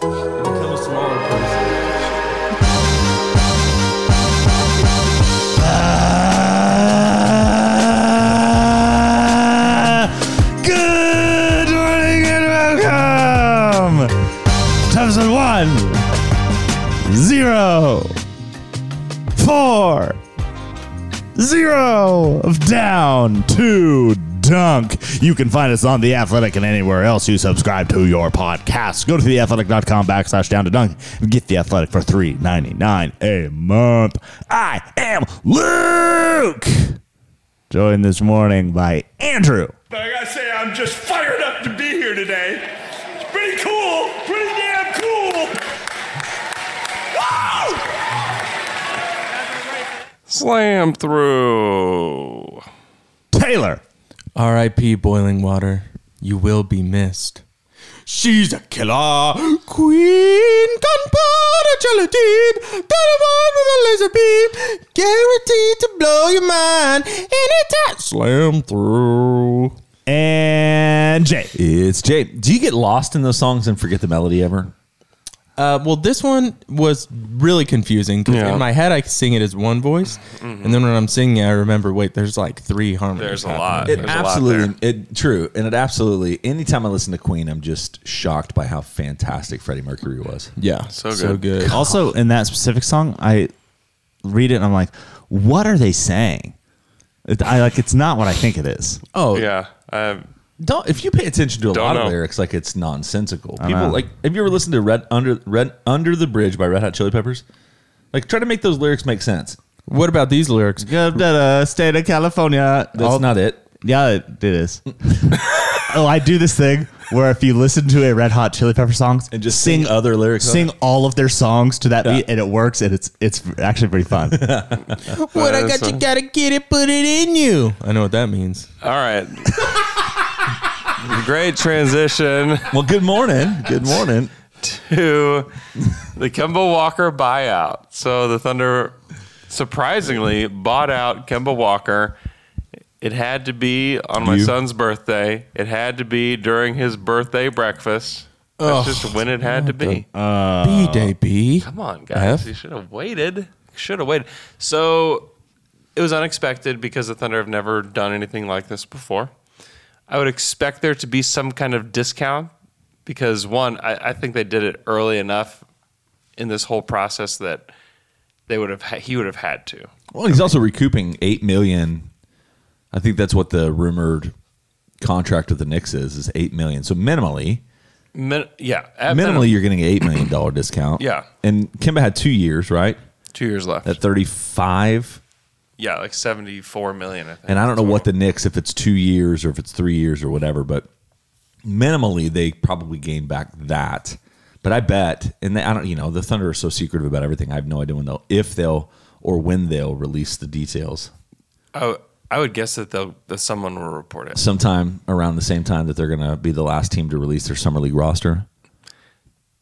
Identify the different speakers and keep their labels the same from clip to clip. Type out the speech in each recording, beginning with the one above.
Speaker 1: Kill a smaller person.
Speaker 2: Good morning and welcome to episode one, zero, four, zero of Down to Dunk. You can find us on The Athletic and anywhere else you subscribe to your podcast. Go to theathletic.com backslash down to dunk and get The Athletic for three ninety nine a month. I am Luke. Joined this morning by Andrew.
Speaker 3: But I gotta say, I'm just fired up to be here today. It's pretty cool, pretty damn cool. Woo!
Speaker 1: Slam through.
Speaker 2: Taylor.
Speaker 4: R.I.P. Boiling Water. You will be missed.
Speaker 2: She's a killer queen, gunpowder gelatine, dynamite with a laser beam, guaranteed to blow your mind anytime. Slam through. And Jay.
Speaker 5: It's Jay. Do you get lost in those songs and forget the melody ever?
Speaker 4: Uh, well, this one was really confusing 'cause
Speaker 1: Yeah. Mm-hmm.
Speaker 4: in my head I sing it as one voice, and then when I'm singing, it, I remember wait, there's like three harmonies.
Speaker 1: There's a
Speaker 4: happening.
Speaker 1: lot.
Speaker 5: It
Speaker 1: There's a lot
Speaker 5: absolutely, it true, and it absolutely. Anytime I listen to Queen, I'm just shocked by how fantastic Freddie Mercury was.
Speaker 4: Yeah,
Speaker 1: So
Speaker 4: so
Speaker 1: good.
Speaker 4: good. So good.
Speaker 2: Also, in that specific song, I read it and I'm like, what are they saying? It- I like it's not what I think it is.
Speaker 5: Oh
Speaker 1: Yeah. I,
Speaker 5: Don't if you pay attention to a
Speaker 1: Don't
Speaker 5: lot
Speaker 1: know.
Speaker 5: of lyrics, like it's nonsensical. People
Speaker 2: know.
Speaker 5: like have you ever listened to Red Under Red Under the Bridge by Red Hot Chili Peppers? Like try to make those lyrics make sense.
Speaker 4: What about these lyrics?
Speaker 2: Go to the state of California.
Speaker 5: That's
Speaker 2: All-
Speaker 5: not it.
Speaker 2: Yeah, it, it is. oh, I do this thing where if you listen to a Red Hot Chili Pepper songs
Speaker 5: And just sing other lyrics on
Speaker 2: sing
Speaker 5: it.
Speaker 2: all of their songs to that
Speaker 5: Yeah.
Speaker 2: beat, and it works, and it's it's actually pretty fun.
Speaker 4: What I
Speaker 1: that's
Speaker 4: got, you
Speaker 1: a-
Speaker 4: gotta get it, put it in you. I know what that means.
Speaker 1: all right. Great transition
Speaker 5: Well, good morning. Good morning.
Speaker 1: to the Kemba Walker buyout. So the Thunder surprisingly bought out Kemba Walker. It had to be on my
Speaker 5: You-
Speaker 1: son's birthday. It had to be during his birthday breakfast. That's just when it had to be.
Speaker 4: B day
Speaker 5: Uh,
Speaker 4: B.
Speaker 1: Come on, guys.
Speaker 4: F?
Speaker 1: You should have waited. Should have waited. So it was unexpected because the Thunder have never done anything like this before. I would expect there to be some kind of discount because, one, I, I think they did it early enough in this whole process that they would have ha- he would have had to.
Speaker 5: Well, he's also recouping eight million. I think that's what the rumored contract of the Knicks is is eight million. So minimally,
Speaker 1: Min- yeah, at
Speaker 5: minimally,
Speaker 1: minimum,
Speaker 5: you're getting an eight million dollar discount.
Speaker 1: Yeah.
Speaker 5: and Kimba had two years, right?
Speaker 1: two years left.
Speaker 5: At thirty five,
Speaker 1: yeah, like seventy-four million. I think.
Speaker 5: and I don't know what the Knicks if it's two years or if it's three years or whatever, but minimally they probably gain back that. But I bet, and they, I don't, you know, the Thunder are so secretive about everything. I have no idea when they'll, if they'll, or when they'll release the details.
Speaker 1: I, w- I would guess that they'll that someone will report it.
Speaker 5: sometime around the same time that they're going to be the last team to release their summer league roster.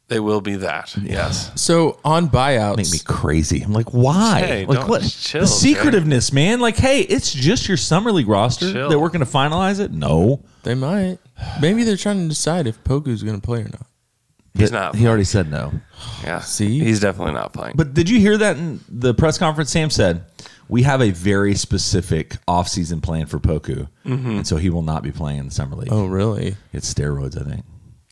Speaker 1: They will be that. Yes.
Speaker 4: So on buyouts,
Speaker 5: Make me crazy. I'm like, why?
Speaker 1: Hey,
Speaker 5: like
Speaker 1: don't-
Speaker 5: what?
Speaker 1: just chill,
Speaker 5: the
Speaker 1: Jay.
Speaker 5: secretiveness, man. Like, hey, it's just your summer league roster
Speaker 1: Chill.
Speaker 5: that we're going to finalize it. No,
Speaker 4: they might. Maybe they're trying to decide if Poku's gonna play or not.
Speaker 1: He's
Speaker 5: That-
Speaker 1: not.
Speaker 5: He already said no.
Speaker 1: Yeah.
Speaker 4: See?
Speaker 1: he's definitely not playing.
Speaker 5: But did you hear that in the press conference? Sam said we have a very specific offseason plan for Poku,
Speaker 1: Mm-hmm.
Speaker 5: and so he will not be playing in the summer league.
Speaker 4: Oh really?
Speaker 5: It's steroids, I think.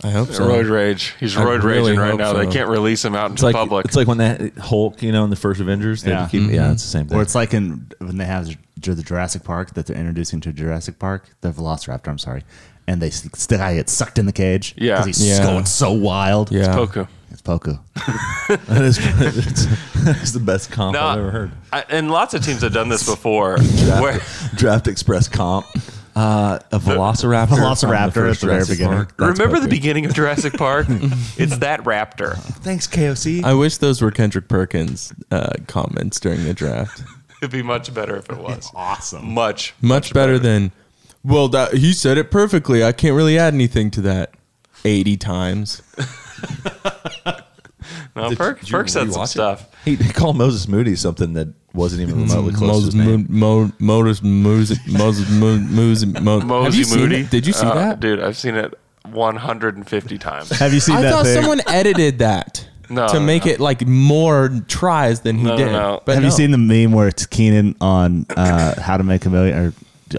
Speaker 4: I hope so.
Speaker 1: road rage. He's
Speaker 4: I
Speaker 1: road
Speaker 4: really
Speaker 1: raging right
Speaker 4: hope
Speaker 1: now. They
Speaker 4: so.
Speaker 1: can't release him out into
Speaker 5: It's like
Speaker 1: public. Mm-hmm.
Speaker 5: it's like when that Hulk, you know, in the first Avengers, they
Speaker 2: Yeah.
Speaker 5: keep, yeah, it's the same thing.
Speaker 2: or it's like in when they have Ju- the Jurassic Park that they're introducing to Jurassic Park, the Velociraptor. I'm sorry, and they s- the guy gets sucked in the cage.
Speaker 1: Yeah.
Speaker 2: 'cause he's
Speaker 4: Yeah.
Speaker 2: going so wild.
Speaker 4: Yeah.
Speaker 1: Poku.
Speaker 2: it's Poku.
Speaker 5: That is, that's the best comp
Speaker 1: No,
Speaker 5: I've ever heard.
Speaker 1: I, and lots of teams have done this before. where
Speaker 5: Draft Express comp. uh, a velociraptor. from the
Speaker 2: Velociraptor at
Speaker 5: first
Speaker 2: the very
Speaker 5: Jurassic
Speaker 2: beginning.
Speaker 5: Park. That's
Speaker 1: Remember the
Speaker 5: perfect.
Speaker 1: beginning of Jurassic Park? it's that raptor.
Speaker 5: Thanks, KOC.
Speaker 4: I wish those were Kendrick Perkins uh, comments during the draft.
Speaker 1: It'd be much better if it was.
Speaker 2: Awesome.
Speaker 1: Much.
Speaker 4: Much better than, well, that, he said it perfectly. I can't really add anything to that. 80 times.
Speaker 1: No, Perk,
Speaker 5: Did you
Speaker 1: Perk said some
Speaker 5: rewatch it?
Speaker 1: stuff.
Speaker 5: He he called Moses Moody something that wasn't even remotely close to his name.
Speaker 4: Mo- Motors, Moses, Moses, Mo- Moses, Mo- Have
Speaker 1: Mosey
Speaker 4: you seen
Speaker 1: Moody.
Speaker 4: that? Did you see
Speaker 1: Uh,
Speaker 4: that?
Speaker 1: Dude, I've seen it 150 times.
Speaker 2: Have you seen
Speaker 4: I
Speaker 2: that
Speaker 4: thought
Speaker 2: thing?
Speaker 4: someone edited that
Speaker 1: No,
Speaker 4: to
Speaker 1: no,
Speaker 4: make
Speaker 1: no.
Speaker 4: it like more tries than he
Speaker 1: No, no,
Speaker 4: did.
Speaker 1: no.
Speaker 4: But
Speaker 2: Have you
Speaker 4: no.
Speaker 2: seen the meme where it's Keenan on uh, How to Make a Million? Or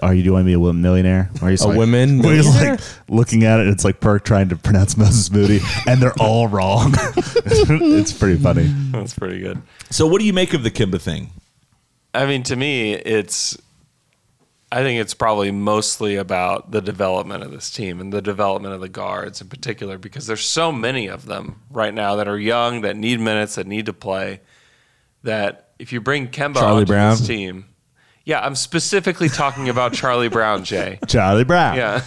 Speaker 2: are you doing me a Wo- millionaire? Or he's
Speaker 4: A Women
Speaker 2: Where he's
Speaker 4: Millionaire?
Speaker 2: like looking at it. It's like Perk trying to pronounce Moses Moody, and they're all wrong. it's pretty funny.
Speaker 1: That's pretty good.
Speaker 5: So, what do you make of the Kimba thing?
Speaker 1: I mean, to me, it's. I think it's probably mostly about the development of this team and the development of the guards in particular, because there's so many of them right now that are young, that need minutes, that need to play. That if you bring Kemba
Speaker 4: Charlie
Speaker 1: onto
Speaker 4: Brown?
Speaker 1: this team, yeah, I'm specifically talking about Charlie Brown, Jay.
Speaker 2: Charlie Brown.
Speaker 1: Yeah.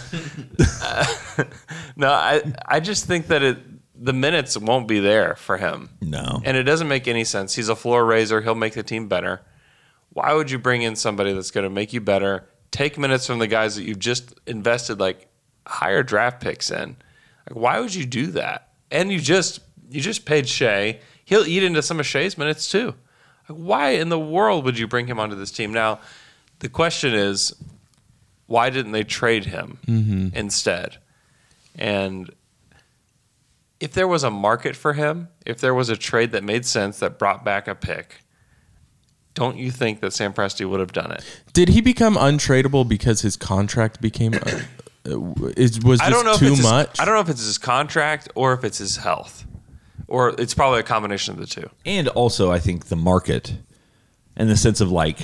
Speaker 1: no, I I just think that it the minutes won't be there for him.
Speaker 5: No.
Speaker 1: And it doesn't make any sense. He's a floor raiser, he'll make the team better. Why would you bring in somebody that's going to make you better? Take minutes from the guys that you've just invested like higher draft picks in. Like why would you do that? And you just you just paid Shea. He'll eat into some of Shea's minutes too. Like why in the world would you bring him onto this team? Now, the question is why didn't they trade him instead? And if there was a market for him, if there was a trade that made sense that brought back a pick, don't you think that Sam Presti would have done it?
Speaker 4: Did he become untradeable because his contract became? Uh, uh, is was
Speaker 1: I
Speaker 4: this
Speaker 1: don't know
Speaker 4: too
Speaker 1: if it's
Speaker 4: much?
Speaker 1: His, I don't know if it's his contract or if it's his health, or it's probably a combination of the two.
Speaker 5: and also I think the market and the sense of like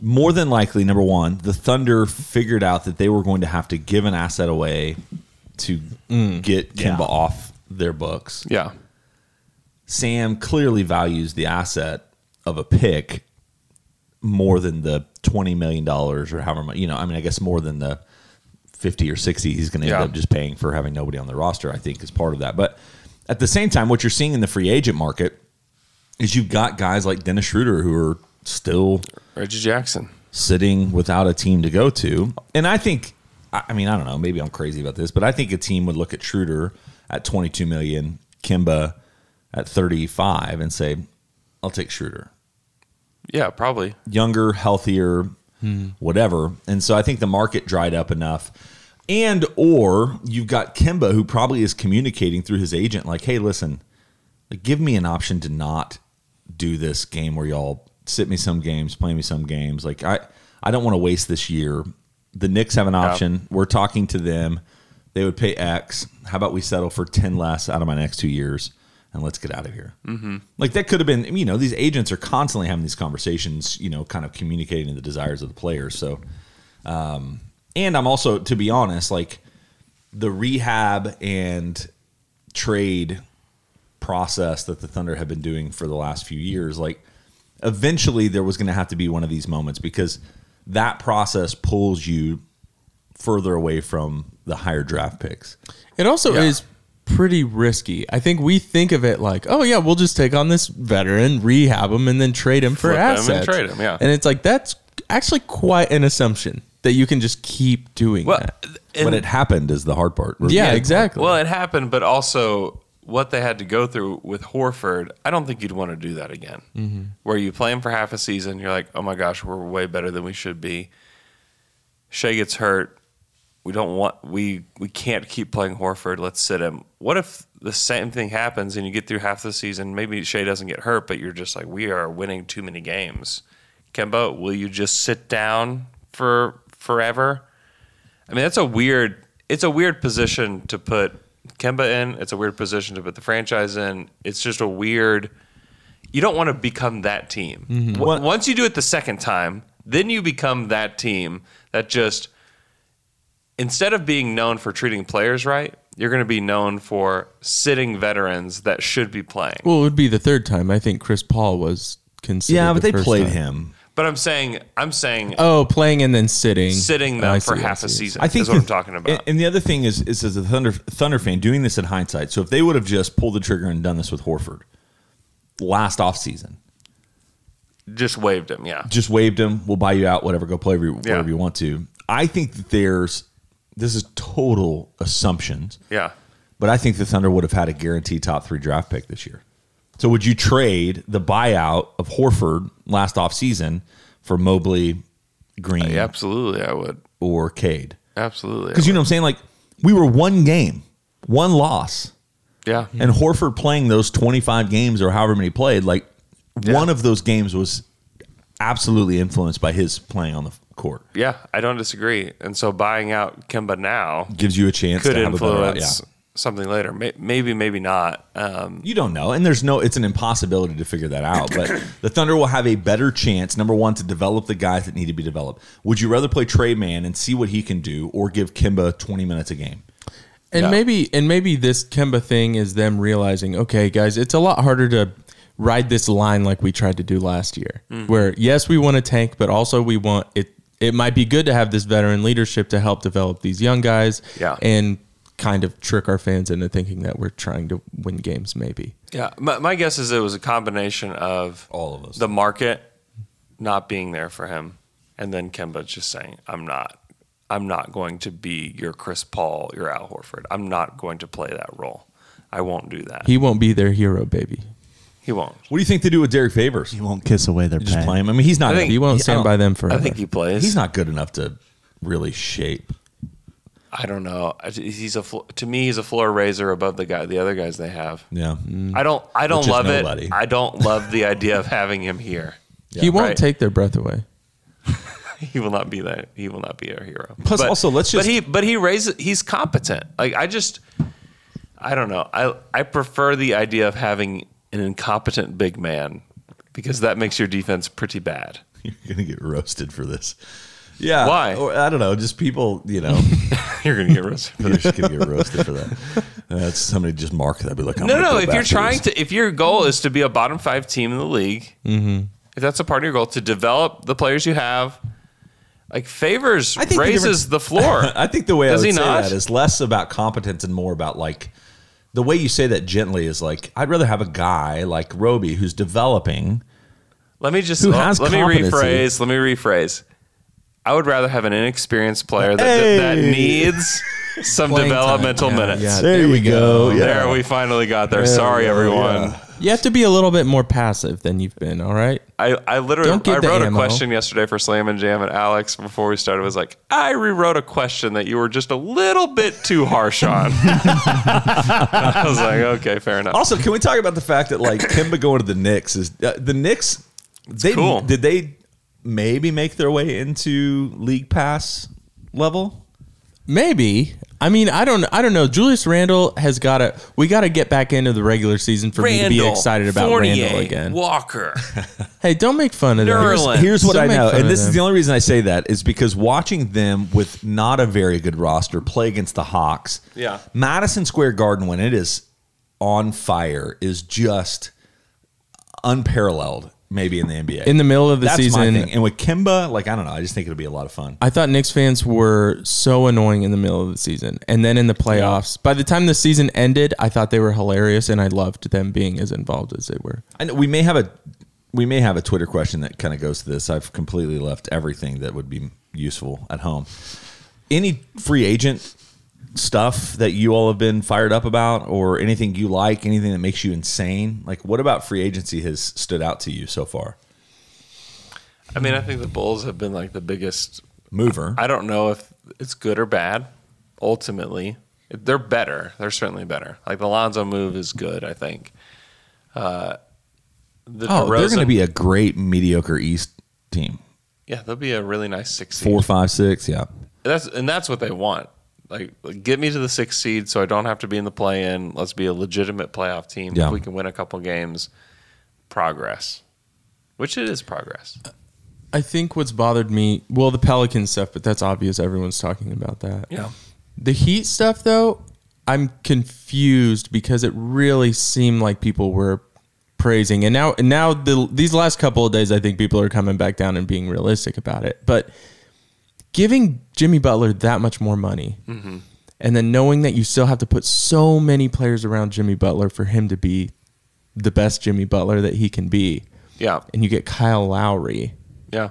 Speaker 5: more than likely number one the thunder figured out that they were going to have to give an asset away to
Speaker 2: Mm.
Speaker 5: get Kimba off their books
Speaker 1: Yeah,
Speaker 5: Sam clearly values the asset of a pick more than the twenty million dollars or however much you know. I mean, I guess more than the fifty or sixty he's going to end
Speaker 1: Yeah.
Speaker 5: up just paying for having nobody on the roster. I think is part of that. But at the same time, what you're seeing in the free agent market is you've got guys like Dennis Schroeder who are still
Speaker 1: Reggie Jackson.
Speaker 5: sitting without a team to go to. And I think, I I mean, I don't know, maybe I'm crazy about this, but I think a team would look at Schroeder at 22 million, Kimba at 35, and say, I'll take Schroeder.
Speaker 1: Yeah, probably.
Speaker 5: Younger, healthier, whatever. And so I think the market dried up enough. And or you've got Kimba who probably is communicating through his agent, like, hey, listen, like, give me an option to not do this game where y'all sit me some games, play me some games. Like I, I don't want to waste this year. The Knicks have an option. We're talking to them. They would pay X. How about we settle for ten less out of my next two years, and let's get out of here. Mm-hmm. Like that could have been. You know, these agents are constantly having these conversations. You know, kind of communicating the desires of the players. So, um, and I'm also, to be honest, like the rehab and trade process that the Thunder have been doing for the last few years, like eventually there was going to have to be one of these moments because that process pulls you further away from the higher draft picks.
Speaker 4: It also is pretty risky. I think we think of it like, oh yeah, we'll just take on this veteran, rehab him, and then trade him for
Speaker 1: Flip him and
Speaker 4: assets.
Speaker 1: trade him, yeah.
Speaker 4: And it's like that's actually quite an assumption that you can just keep doing
Speaker 1: Well,
Speaker 4: that.
Speaker 1: and-
Speaker 5: but it happened is the hard part.
Speaker 4: Yeah, exactly.
Speaker 1: Well, it happened, but also what they had to go through with Horford, I don't think you'd want to do that again. Where you play him for half a season, you're like, oh my gosh, we're way better than we should be. Shea gets hurt. We don't want we we can't keep playing Horford. Let's sit him. What if the same thing happens and you get through half the season? Maybe Shea doesn't get hurt, but you're just like, we are winning too many games. Kemba, will you just sit down for forever? I mean, that's a weird. It's a weird position to put Kemba in. It's a weird position to put the franchise in. It's just a weird. You don't want to become that team. W-
Speaker 5: What-
Speaker 1: Once you do it the second time, then you become that team that just instead of being known for treating players right, you're going to be known for sitting veterans that should be playing.
Speaker 4: well, it would be the third time. I think Chris Paul was considered.
Speaker 5: Yeah, but
Speaker 4: the
Speaker 5: they
Speaker 4: first
Speaker 5: played
Speaker 4: time.
Speaker 5: him.
Speaker 1: But I'm saying, I'm saying,
Speaker 4: Oh, playing and then sitting.
Speaker 1: sitting
Speaker 4: Oh, I
Speaker 1: them for
Speaker 4: see,
Speaker 1: half
Speaker 4: I
Speaker 1: a
Speaker 4: see.
Speaker 1: season.
Speaker 5: I think
Speaker 1: is what I'm
Speaker 5: the-
Speaker 1: talking
Speaker 5: And,
Speaker 1: about.
Speaker 5: and the other thing is, is as a Thunder Thunder fan doing this in hindsight. So if they would have just pulled the trigger and done this with Horford last offseason,
Speaker 1: Just waved him. Yeah.
Speaker 5: just waived him. We'll buy you out. Whatever. Go play wherever you,
Speaker 1: Yeah.
Speaker 5: wherever you want to. I think that there's this is total assumptions,
Speaker 1: Yeah.
Speaker 5: but I think the Thunder would have had a guaranteed top three draft pick this year. So would you trade the buyout of Horford last offseason for Mobley, Green,
Speaker 1: Yeah, Absolutely, I would.
Speaker 5: or Cade?
Speaker 1: Absolutely. I
Speaker 5: Because you
Speaker 1: would.
Speaker 5: know what I'm saying. Like we were one game, one loss,
Speaker 1: Yeah.
Speaker 5: and Horford playing those 25 games or however many played. Like one of those games was absolutely influenced by his playing on the court.
Speaker 1: Yeah, I don't disagree. And so buying out Kemba now
Speaker 5: gives you a chance
Speaker 1: could
Speaker 5: to have a better
Speaker 1: influence
Speaker 5: uh, yeah.
Speaker 1: something later. May- Maybe, maybe not. Um,
Speaker 5: You don't know, and there's no. It's an impossibility to figure that out. But the Thunder will have a better chance. Number one, to develop the guys that need to be developed. Would you rather play Trey Man and see what he can do, or give Kimba 20 minutes a game?
Speaker 4: And maybe and maybe this Kemba thing is them realizing, okay, guys, it's a lot harder to ride this line like we tried to do last year.
Speaker 1: Mm-hmm.
Speaker 4: Where yes, we want to tank, but also we want it it might be good to have this veteran leadership to help develop these young guys
Speaker 1: Yeah.
Speaker 4: and kind of trick our fans into thinking that we're trying to win games maybe.
Speaker 1: yeah, my, my guess is it was a combination of
Speaker 5: All of us.
Speaker 1: the market not being there for him, and then Kemba just saying, "I'm not, I'm not going to be your Chris Paul, your Al Horford. I'm not going to play that role. I won't do that. He,
Speaker 4: He won't be their hero, baby.
Speaker 1: won't.
Speaker 5: What do you think they do with Derek Favors?
Speaker 2: You won't kiss away their
Speaker 5: Just
Speaker 2: pain.
Speaker 5: play him. I mean, he's not.
Speaker 1: I think-
Speaker 4: He won't
Speaker 5: I
Speaker 4: stand
Speaker 5: don't-
Speaker 4: by them forever.
Speaker 1: I think he plays.
Speaker 5: He's not good enough to really shape.
Speaker 1: I don't know. I- He's a flo- to me, he's a floor raiser above the guy, the other guys they have.
Speaker 5: Yeah.
Speaker 1: I don't. I
Speaker 5: Mm-hmm. Which
Speaker 1: don't
Speaker 5: is
Speaker 1: love
Speaker 5: nobody.
Speaker 1: it. I don't love the idea of having him here.
Speaker 4: he won't
Speaker 1: right.
Speaker 4: take their breath away.
Speaker 1: He will not be that. He will not be our hero.
Speaker 5: Plus, also, let's just-
Speaker 1: But he. But he raises. He's competent. Like I just. I don't know. I I prefer the idea of having an incompetent big man because that makes your defense pretty bad.
Speaker 5: You're gonna get roasted for this. Yeah.
Speaker 1: Why?
Speaker 5: Or, I don't know. Just people. You know,
Speaker 1: You're gonna get roasted.
Speaker 5: they're just gonna get roasted for that. That's somebody just mark that. Be like, I'm
Speaker 1: No,
Speaker 5: gonna
Speaker 1: no.
Speaker 5: go
Speaker 1: If
Speaker 5: back
Speaker 1: you're trying
Speaker 5: this.
Speaker 1: to, if your goal is to be a bottom five team in the league,
Speaker 5: Mm-hmm.
Speaker 1: if that's a part of your goal to develop the players you have, like favors
Speaker 5: I think the
Speaker 1: raises
Speaker 5: difference-
Speaker 1: the floor.
Speaker 5: I think the way
Speaker 1: Does
Speaker 5: I
Speaker 1: he
Speaker 5: would say
Speaker 1: not?
Speaker 5: that is less about competence and more about like the way you say that gently is like I'd rather have a guy like Roby who's developing.
Speaker 1: Let me just
Speaker 5: Who
Speaker 1: let-
Speaker 5: has
Speaker 1: let me
Speaker 5: competency.
Speaker 1: rephrase. Let me rephrase. I would rather have an inexperienced player that, that, that
Speaker 5: Hey.
Speaker 1: needs some
Speaker 4: Playing time.
Speaker 1: developmental
Speaker 4: Yeah,
Speaker 1: minutes.
Speaker 4: yeah.
Speaker 5: There, we go.
Speaker 1: There, we finally got there. Sorry, everyone.
Speaker 4: You have to be a little bit more passive than you've been, all right?
Speaker 1: I, I literally
Speaker 4: Don't
Speaker 1: I
Speaker 4: give the
Speaker 1: wrote a
Speaker 4: ammo.
Speaker 1: question yesterday for Slam and Jam, and Alex before we started was like, I rewrote a question that you were just a little bit too harsh on. I was like, okay, fair enough.
Speaker 5: Also, can we talk about the fact that like Kimba going to the Knicks is uh, the Knicks? They
Speaker 1: cool.
Speaker 5: did they maybe make their way into league pass level?
Speaker 4: Maybe. I mean, I don't. I don't know. Julius Randle has got to. We got to get back into the regular season for me to be excited about Randle again.
Speaker 1: Walker.
Speaker 4: hey, don't make fun of
Speaker 1: Nerlens.
Speaker 4: that.
Speaker 5: Here's what
Speaker 4: Don't
Speaker 5: I
Speaker 4: make
Speaker 5: know,
Speaker 4: fun
Speaker 5: and
Speaker 4: of
Speaker 5: this is
Speaker 4: them.
Speaker 5: the only reason I say that is because watching them with not a very good roster play against the Hawks,
Speaker 1: Yeah.
Speaker 5: Madison Square Garden when it is on fire is just unparalleled, maybe in the NBA.
Speaker 4: In the middle of the
Speaker 5: That's my
Speaker 4: season,
Speaker 5: thing. and with Kimba, like I don't know, I just think it'll be a lot of fun.
Speaker 4: I thought Knicks fans were so annoying in the middle of the season, and then in the playoffs. By the time the season ended, I thought they were hilarious, and I loved them being as involved as they were.
Speaker 5: I know we may have a we may have a Twitter question that kind of goes to this. I've completely left everything that would be useful at home. Any free agent stuff that you all have been fired up about, or anything you like, anything that makes you insane? Like, what about free agency has stood out to you so far?
Speaker 1: I mean, I think the Bulls have been like the biggest.
Speaker 5: Mover.
Speaker 1: I don't know if it's good or bad. Ultimately, they're better. They're certainly better. Like the Lonzo move is good. I think. Uh, the
Speaker 5: oh, they're going to
Speaker 1: DeRozan-
Speaker 5: be a great mediocre East team.
Speaker 1: yeah. They'll be a really nice six seed.
Speaker 5: Four, five, six. Yeah.
Speaker 1: That's and that's what they want. Like, like, get me to the sixth seed so I don't have to be in the play in. Let's be a legitimate playoff team.
Speaker 5: Yeah.
Speaker 1: If we can win a couple games, progress. Which it is progress.
Speaker 4: I think what's bothered me, well, the Pelican stuff, but that's obvious. Everyone's talking about that.
Speaker 1: Yeah.
Speaker 4: The Heat stuff, though, I'm confused because it really seemed like people were praising, and now and now the these last couple of days, I think people are coming back down and being realistic about it. But giving Jimmy Butler that much more money, and then knowing that you still have to put so many players around Jimmy Butler for him to be the best Jimmy Butler that he can be,
Speaker 1: Yeah.
Speaker 4: and you get Kyle Lowry,
Speaker 1: Yeah.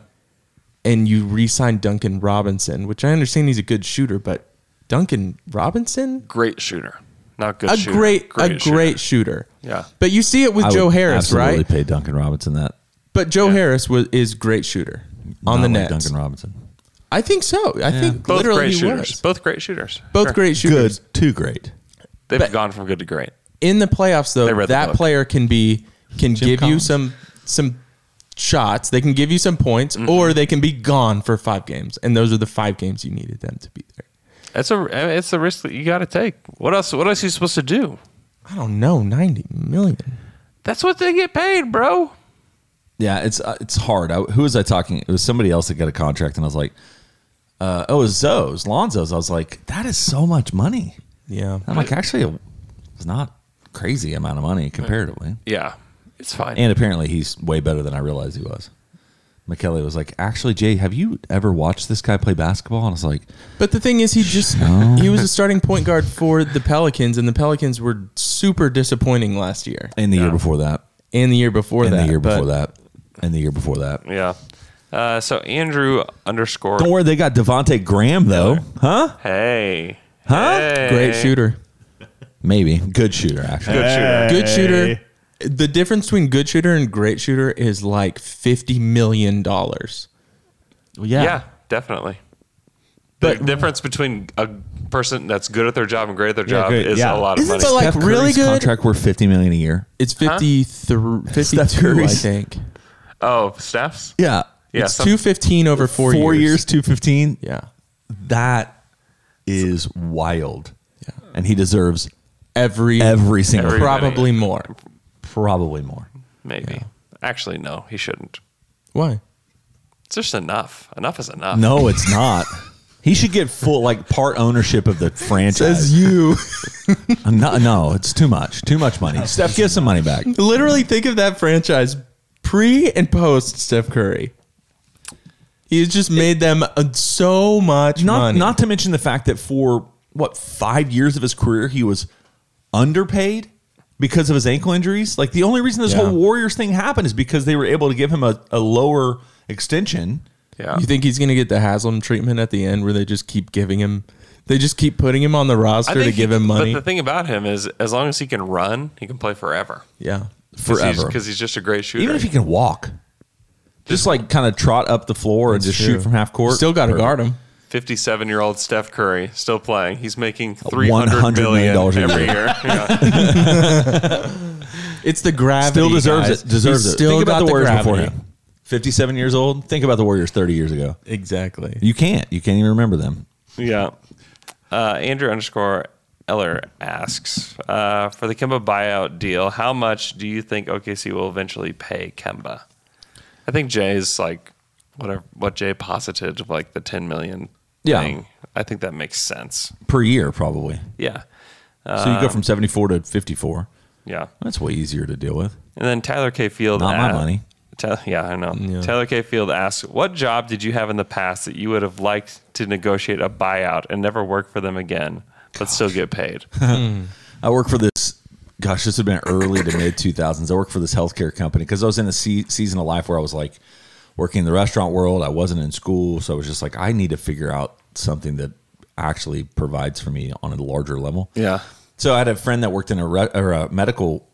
Speaker 4: and you re-sign Duncan Robinson, which I understand he's a good shooter, but Duncan Robinson,
Speaker 1: Great shooter. Not good
Speaker 4: a
Speaker 1: shooter.
Speaker 4: great, a
Speaker 1: shooter.
Speaker 4: great shooter.
Speaker 1: Yeah.
Speaker 4: but you see it with
Speaker 5: I
Speaker 4: Joe
Speaker 5: would
Speaker 4: Harris,
Speaker 5: absolutely
Speaker 4: right?
Speaker 5: Pay Duncan Robinson that
Speaker 4: But Joe Harris was is great shooter on
Speaker 5: Not
Speaker 4: the
Speaker 5: like
Speaker 4: net.
Speaker 5: Duncan Robinson.
Speaker 4: I think so. I think
Speaker 1: Both
Speaker 4: literally
Speaker 1: great
Speaker 4: he
Speaker 1: shooters.
Speaker 4: was.
Speaker 1: Both great shooters.
Speaker 4: Both
Speaker 1: Sure.
Speaker 4: great shooters.
Speaker 5: Good, too great.
Speaker 1: They've
Speaker 4: but-
Speaker 1: gone from good to great.
Speaker 4: In the playoffs, though,
Speaker 1: They read the
Speaker 4: that
Speaker 1: book.
Speaker 4: player can be can give you
Speaker 5: Collins.
Speaker 4: some some shots. They can give you some points,
Speaker 1: Mm-hmm.
Speaker 4: or they can be gone for five games. And those are the five games you needed them to be there.
Speaker 1: That's a I mean, it's a risk that you got to take. What else? What else are you supposed to do?
Speaker 4: I don't know, ninety million.
Speaker 1: That's what they get paid, bro.
Speaker 5: Yeah, it's uh, it's hard. I, who was I talking? It was somebody else that got a contract, and I was like, uh, "Oh, it was Zoe, it was Lonzo's." I was like, "That is so much money."
Speaker 4: Yeah,
Speaker 5: I'm like, actually, it's not crazy amount of money comparatively.
Speaker 1: Yeah, it's fine.
Speaker 5: And apparently, he's way better than I realized he was. McKelly was like, "Actually, Jay, have you ever watched this guy play basketball?" And I was like,
Speaker 4: But the thing is, he just he was a starting point guard for the Pelicans, and the Pelicans were super disappointing last year
Speaker 5: "In the year before that,
Speaker 4: and the year before
Speaker 5: in
Speaker 4: that.
Speaker 5: the year
Speaker 4: but
Speaker 5: before that, in the year before that."
Speaker 1: yeah. Uh, so Andrew underscore.
Speaker 5: Don't worry, they got Devonte Graham though, huh?
Speaker 1: Hey.
Speaker 5: Huh?
Speaker 1: Hey.
Speaker 4: Great shooter,
Speaker 5: Maybe good shooter actually.
Speaker 1: Good shooter.
Speaker 4: good shooter. The difference between good shooter and great shooter is like fifty million dollars.
Speaker 1: Yeah, definitely. The difference between a person that's good at their job and great at their job
Speaker 5: great.
Speaker 1: is a
Speaker 5: Yeah.
Speaker 1: lot of
Speaker 4: Isn't
Speaker 1: money.
Speaker 4: it like
Speaker 5: Steph
Speaker 4: really
Speaker 5: Curry's
Speaker 4: good?
Speaker 5: contract worth fifty million a year.
Speaker 4: It's 53, 52, I
Speaker 5: Curry's-
Speaker 4: think.
Speaker 1: oh, Steph's?
Speaker 5: Yeah,
Speaker 1: Yeah,
Speaker 4: it's
Speaker 1: some-
Speaker 4: two fifteen over four,
Speaker 5: four, years, two fifteen.
Speaker 4: Yeah,
Speaker 5: that is wild. Yeah, and he deserves
Speaker 4: every,
Speaker 5: every single
Speaker 1: Every-
Speaker 4: probably more.
Speaker 5: probably more.
Speaker 1: Maybe. Actually, no, he shouldn't.
Speaker 4: Why?
Speaker 1: It's just enough. Enough is enough.
Speaker 5: No, it's not. he should get full like part ownership of the franchise.
Speaker 4: you.
Speaker 5: I'm not- no, it's too much. Too much money. Steph, give some money back.
Speaker 4: Literally think of that franchise pre and post Steph Curry. He's just made them uh, so much
Speaker 5: Not
Speaker 4: money.
Speaker 5: not to mention the fact that for what five years of his career he was underpaid because of his ankle injuries. Like the only reason this
Speaker 4: Yeah.
Speaker 5: whole Warriors thing happened is because they were able to give him a, a lower extension.
Speaker 1: Yeah.
Speaker 4: you think he's going to get the Haslam treatment at the end where they just keep giving him, they just keep putting him on the
Speaker 1: I
Speaker 4: roster to
Speaker 1: think he-
Speaker 4: give him money?
Speaker 1: But the thing about him is, as long as he can run, he can play forever.
Speaker 4: yeah.
Speaker 5: Forever.
Speaker 1: Because he's, just a great shooter.
Speaker 5: Even if he can walk. Just like kind of trot up the floor and just
Speaker 4: True.
Speaker 5: shoot from half court.
Speaker 4: Still got to
Speaker 5: Or
Speaker 4: guard him.
Speaker 1: 57 year old Steph Curry still playing. He's making
Speaker 5: $100
Speaker 1: $300 million
Speaker 5: million a
Speaker 1: every year. Yeah.
Speaker 4: It's the gravity.
Speaker 5: Still deserves
Speaker 4: guys.
Speaker 5: it. Deserves
Speaker 4: He's
Speaker 5: it.
Speaker 4: Still
Speaker 5: Think
Speaker 4: got
Speaker 5: about the Warriors
Speaker 4: gravity.
Speaker 5: before him. 57 years old. Think about the Warriors 30 years ago.
Speaker 4: Exactly.
Speaker 5: You can't. You can't even remember them.
Speaker 1: yeah. Uh, Andrew underscore Eller asks uh, For the Kemba buyout deal, how much do you think OKC will eventually pay Kemba? I think Jay's like, whatever, what Jay posited, like the 10 million
Speaker 5: Yeah.
Speaker 1: thing. I think that makes sense.
Speaker 5: Per year, probably.
Speaker 1: Yeah.
Speaker 5: so
Speaker 4: Uh.
Speaker 5: you go from 74 to 54.
Speaker 1: Yeah.
Speaker 5: That's way easier to deal with.
Speaker 1: And then Tyler K. Field.
Speaker 5: Not my money.
Speaker 1: Ta- yeah, I know. Tyler K. Field asks, "What job did you have in the past that you would have liked to negotiate a buyout and never work for them again, but still get paid?"
Speaker 5: I work for this. Gosh, this would have been early to mid 2000s. I worked for this healthcare company because I was in a se- season of life where I was like working in the restaurant world. I wasn't in school. So I was just like, I need to figure out something that actually provides for me on a larger level.
Speaker 1: yeah,
Speaker 5: So I had a friend that worked in a, re- or a medical.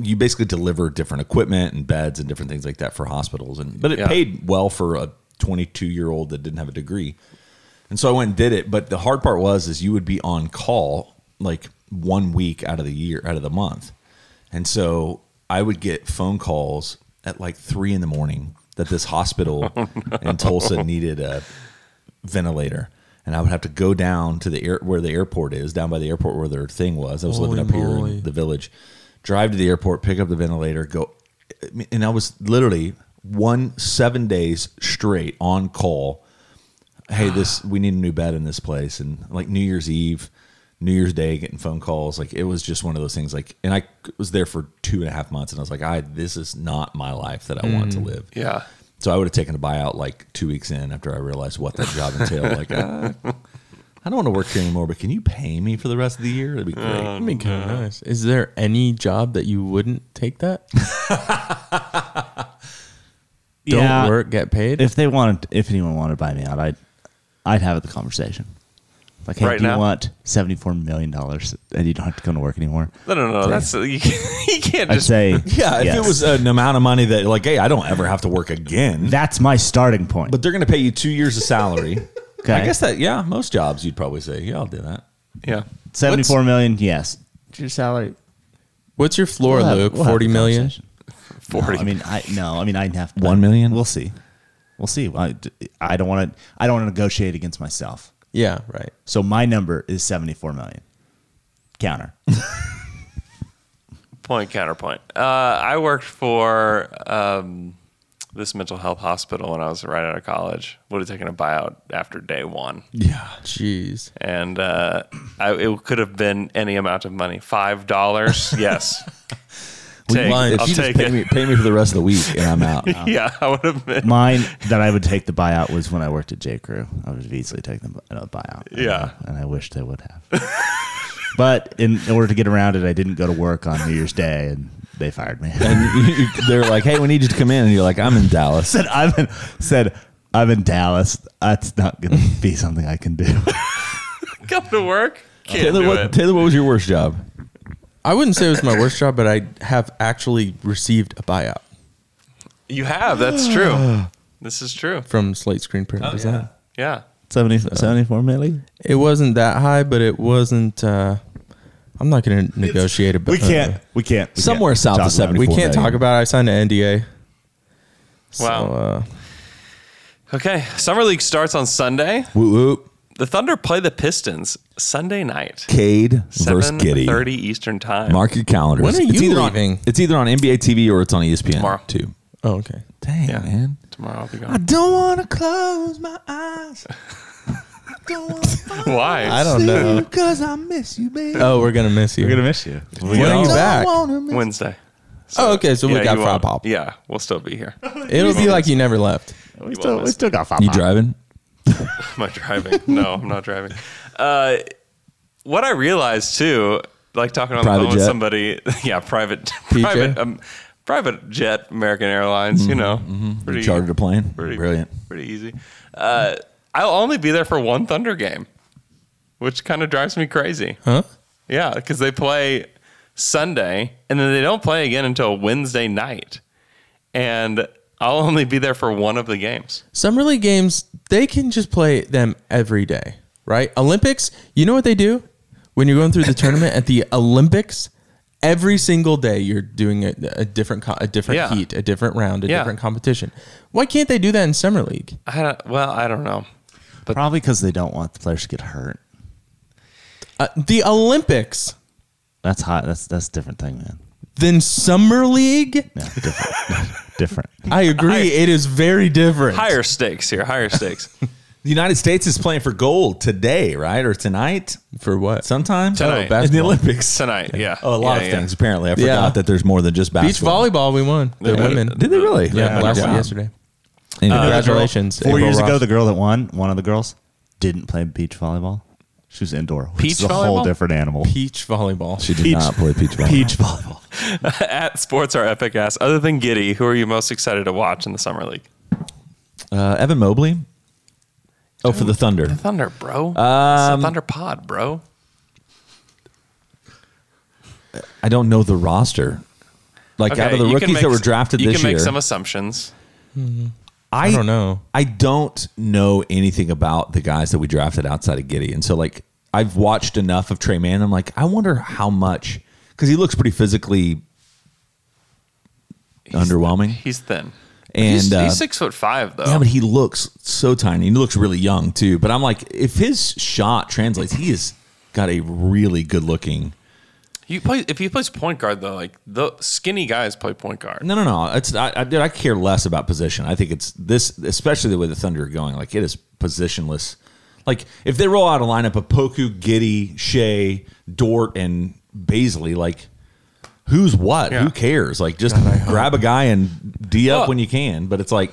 Speaker 5: You basically deliver different equipment and beds and different things like that for hospitals, and but it
Speaker 1: Yeah.
Speaker 5: paid well for a 22 year old that didn't have a degree. And so I went and did it. But the hard part was is you would be on call like one week out of the year, out of the month, and so I would get phone calls at like three in the morning that this hospital
Speaker 4: Oh,
Speaker 5: in Tulsa needed a ventilator. And I would have to go down to the air where the airport is, down by the airport where their thing was. I was
Speaker 4: Holy
Speaker 5: living up here
Speaker 4: moly.
Speaker 5: in the village, drive to the airport, pick up the ventilator, go. I mean, And I was literally one seven days straight on call. Hey, this we need a new bed in this place, and like New Year's Eve, New Year's Day getting phone calls. Like it was just one of those things. Like, and I was there for two and a half months, and I was like, I this is not my life that I want
Speaker 2: Mm.
Speaker 5: to live.
Speaker 1: Yeah.
Speaker 5: So I would have taken a buyout like two weeks in after I realized what that job entailed. like, uh, I don't want to work here anymore, but can you pay me for the rest of the
Speaker 2: Oh,
Speaker 5: year? That'd be great.
Speaker 4: That'd be kind of nice. Is there any job that you wouldn't take that? Don't
Speaker 2: Yeah.
Speaker 4: work, get paid.
Speaker 2: If they wanted, if anyone wanted to buy me out, I'd, I'd have the conversation. Like, hey,
Speaker 1: Right
Speaker 2: do
Speaker 1: now?
Speaker 2: you want seventy-four million dollars, and you don't have to come to work anymore?
Speaker 1: No, no, no. That's you can't, you can't
Speaker 2: I'd
Speaker 1: just.
Speaker 2: say,
Speaker 5: Yeah, if
Speaker 2: yes.
Speaker 5: it was an amount of money that, like, hey, I don't ever have to work again.
Speaker 2: that's my starting point.
Speaker 5: but they're going to pay you two years of salary.
Speaker 2: Okay.
Speaker 5: I guess that, yeah, most jobs you'd probably say, yeah, I'll do that.
Speaker 1: Yeah.
Speaker 2: seventy-four million, yes. Your salary
Speaker 4: What's your floor,
Speaker 2: We'll have-
Speaker 4: Luke?
Speaker 2: we'll have the
Speaker 4: Forty million.
Speaker 2: conversation.
Speaker 1: Forty.
Speaker 2: No, I mean, I no, I mean, I'd have
Speaker 5: One million?
Speaker 2: We'll see. We'll see. I, I don't want to. I don't want to negotiate against myself.
Speaker 4: Yeah, right.
Speaker 2: So my number is seventy-four million. Counter.
Speaker 1: point counterpoint. Uh, I worked for um, this mental health hospital when I was right out of college. Would have taken a buyout after day one,
Speaker 5: Yeah.
Speaker 4: Jeez.
Speaker 1: and uh, I, it could have been any amount of money. Five dollars, yes. Take,
Speaker 4: lunch.
Speaker 1: I'll
Speaker 5: If you just
Speaker 1: take
Speaker 5: pay
Speaker 1: it.
Speaker 5: me, pay me for the rest of the week and I'm out.
Speaker 1: Yeah, I would have been.
Speaker 2: Mine that I would take the buyout was when I worked at J Crew. I would have easily taken the bu- uh, buyout.
Speaker 1: Yeah.
Speaker 2: and I wished I would have. but in order to get around it, I didn't go to work on New Year's Day, and they fired me.
Speaker 5: and you, you- they're like, hey, we need you to come in. And you're like, I'm in Dallas.
Speaker 2: said I'm in, said I'm in Dallas. That's not going to be something I can do.
Speaker 1: Come to work. Can't
Speaker 5: Taylor
Speaker 1: do
Speaker 5: what,
Speaker 1: it.
Speaker 5: Taylor, what was your worst job?
Speaker 4: I wouldn't say it was my worst job, but I have actually received a buyout
Speaker 1: you have. That's true. This is true.
Speaker 4: from Slate Screen Print Design.
Speaker 1: Yeah.
Speaker 2: 70, 74 million.
Speaker 4: It wasn't that high, but it wasn't. Uh, I'm not going to negotiate about.
Speaker 2: We can't. We can't. we
Speaker 5: Somewhere
Speaker 2: can't
Speaker 5: south
Speaker 2: talk
Speaker 5: of
Speaker 2: about it.
Speaker 5: 74
Speaker 4: we can't
Speaker 5: million.
Speaker 4: talk about. It. I signed an NDA. So,
Speaker 1: Wow.
Speaker 4: uh,
Speaker 1: uh, Okay. Summer league starts on Sunday.
Speaker 5: Whoop, whoop.
Speaker 1: The Thunder play the Pistons Sunday night,
Speaker 5: Cade versus
Speaker 1: seven
Speaker 5: Giddy.
Speaker 1: thirty Eastern time.
Speaker 5: Mark your calendars.
Speaker 4: When are
Speaker 5: it's
Speaker 4: you
Speaker 5: either
Speaker 4: leaving?
Speaker 5: On, it's either on NBA TV or it's on E ESPN.
Speaker 1: Tomorrow.
Speaker 5: Too.
Speaker 4: oh, okay.
Speaker 5: Dang,
Speaker 1: Yeah.
Speaker 5: man.
Speaker 1: tomorrow. I'll be
Speaker 5: I
Speaker 1: gone.
Speaker 5: don't want to close my eyes. I don't want to
Speaker 1: Why?
Speaker 4: I don't know.
Speaker 5: because I miss you, baby.
Speaker 4: Oh, we're gonna miss you. We're
Speaker 2: miss you.
Speaker 4: when are you
Speaker 5: Don't
Speaker 4: back?
Speaker 5: wanna miss-
Speaker 1: Wednesday.
Speaker 4: Oh, okay. So we got
Speaker 1: you won't.
Speaker 4: Frog Pop.
Speaker 1: Yeah, we'll still be here.
Speaker 4: It'll be like you never left.
Speaker 2: We still, we still got five.
Speaker 5: You driving?
Speaker 1: Am I driving? No, I'm not driving. Uh, what I realized too, like talking on
Speaker 5: Private
Speaker 1: the phone with
Speaker 5: jet?
Speaker 1: somebody, yeah, private, private, um, private jet, American Airlines.
Speaker 5: Mm-hmm,
Speaker 1: you know, pretty
Speaker 5: Chartered a plane.
Speaker 1: pretty-
Speaker 5: Brilliant.
Speaker 1: pretty easy. Uh, I'll only be there for one Thunder game, which kind of drives me crazy.
Speaker 4: Huh?
Speaker 1: Yeah, because they play Sunday and then they don't play again until Wednesday night. And I'll only be there for one of the games.
Speaker 4: Summer league games, they can just play them every day, right? Olympics, you know what they do? When you're going through the tournament at the Olympics, every single day you're doing a, a different co- a different
Speaker 1: Yeah.
Speaker 4: heat, a different round, a
Speaker 1: Yeah.
Speaker 4: different competition. Why can't they do that in summer league?
Speaker 1: I don't, well, I don't know.
Speaker 2: Probably because they don't want the players to get hurt.
Speaker 4: Uh, the Olympics,
Speaker 2: That's hot. That's that's a different thing, man.
Speaker 4: then summer league?
Speaker 2: Yeah, different. different.
Speaker 4: I agree, it is very different.
Speaker 1: Higher stakes here, higher stakes.
Speaker 5: The United States is playing for gold today, right? Or tonight?
Speaker 4: for what?
Speaker 5: Sometime?
Speaker 1: Tonight.
Speaker 5: Oh, basketball. In the Olympics.
Speaker 1: Tonight, yeah.
Speaker 5: Oh, a
Speaker 1: Yeah,
Speaker 5: lot of
Speaker 1: yeah.
Speaker 5: things, apparently. I forgot
Speaker 4: Yeah.
Speaker 5: that there's more than just
Speaker 4: Beach
Speaker 5: basketball.
Speaker 4: volleyball, we won. The women.
Speaker 5: Did they really?
Speaker 4: Yeah, last yesterday.
Speaker 5: Uh,
Speaker 4: Congratulations.
Speaker 2: Four
Speaker 4: April
Speaker 2: years ago,
Speaker 4: Roth.
Speaker 2: the girl that won, one of the girls, didn't play beach volleyball. She was indoor. Which
Speaker 1: Peach
Speaker 2: is a whole
Speaker 1: volleyball?
Speaker 2: different animal.
Speaker 4: Beach volleyball.
Speaker 5: She did
Speaker 2: Peach-
Speaker 5: not play peach volleyball.
Speaker 2: Peach volleyball.
Speaker 1: At sports are epic ass. Other than Giddy, who are you most excited to watch in the summer league?
Speaker 5: Uh, Evan Mobley. Oh, for the Thunder.
Speaker 1: Thunder, bro. It's the
Speaker 5: Um,
Speaker 1: Thunder pod, bro.
Speaker 5: I don't know the roster. Like out of the
Speaker 1: you can
Speaker 5: rookies
Speaker 1: make
Speaker 5: that were
Speaker 1: s-
Speaker 5: drafted
Speaker 1: you
Speaker 5: this
Speaker 1: can make
Speaker 5: year,
Speaker 1: some assumptions.
Speaker 5: I,
Speaker 4: I don't know.
Speaker 5: I don't know anything about the guys that we drafted outside of Giddy, and so like I've watched enough of Trey Man. I'm like, I wonder how much because he looks pretty physically underwhelming,
Speaker 1: He's thin.
Speaker 5: and
Speaker 1: he's,
Speaker 5: uh,
Speaker 1: he's six foot five, though.
Speaker 5: yeah, but he looks so tiny. He looks really young too. But I'm like, if his shot translates, he has got a really good looking.
Speaker 1: You play if he plays point guard though, like the skinny guys play point guard.
Speaker 5: No, no, no. It's I, I, dude, I care less about position. I think it's this, especially the way the Thunder are going. Like it is positionless. Like if they roll out a lineup of Poku, Giddy, Shea, Dort, and Baisley, like who's what?
Speaker 1: Yeah.
Speaker 5: Who cares? Like just grab a guy and D up
Speaker 1: Well-
Speaker 5: when you can. But it's like,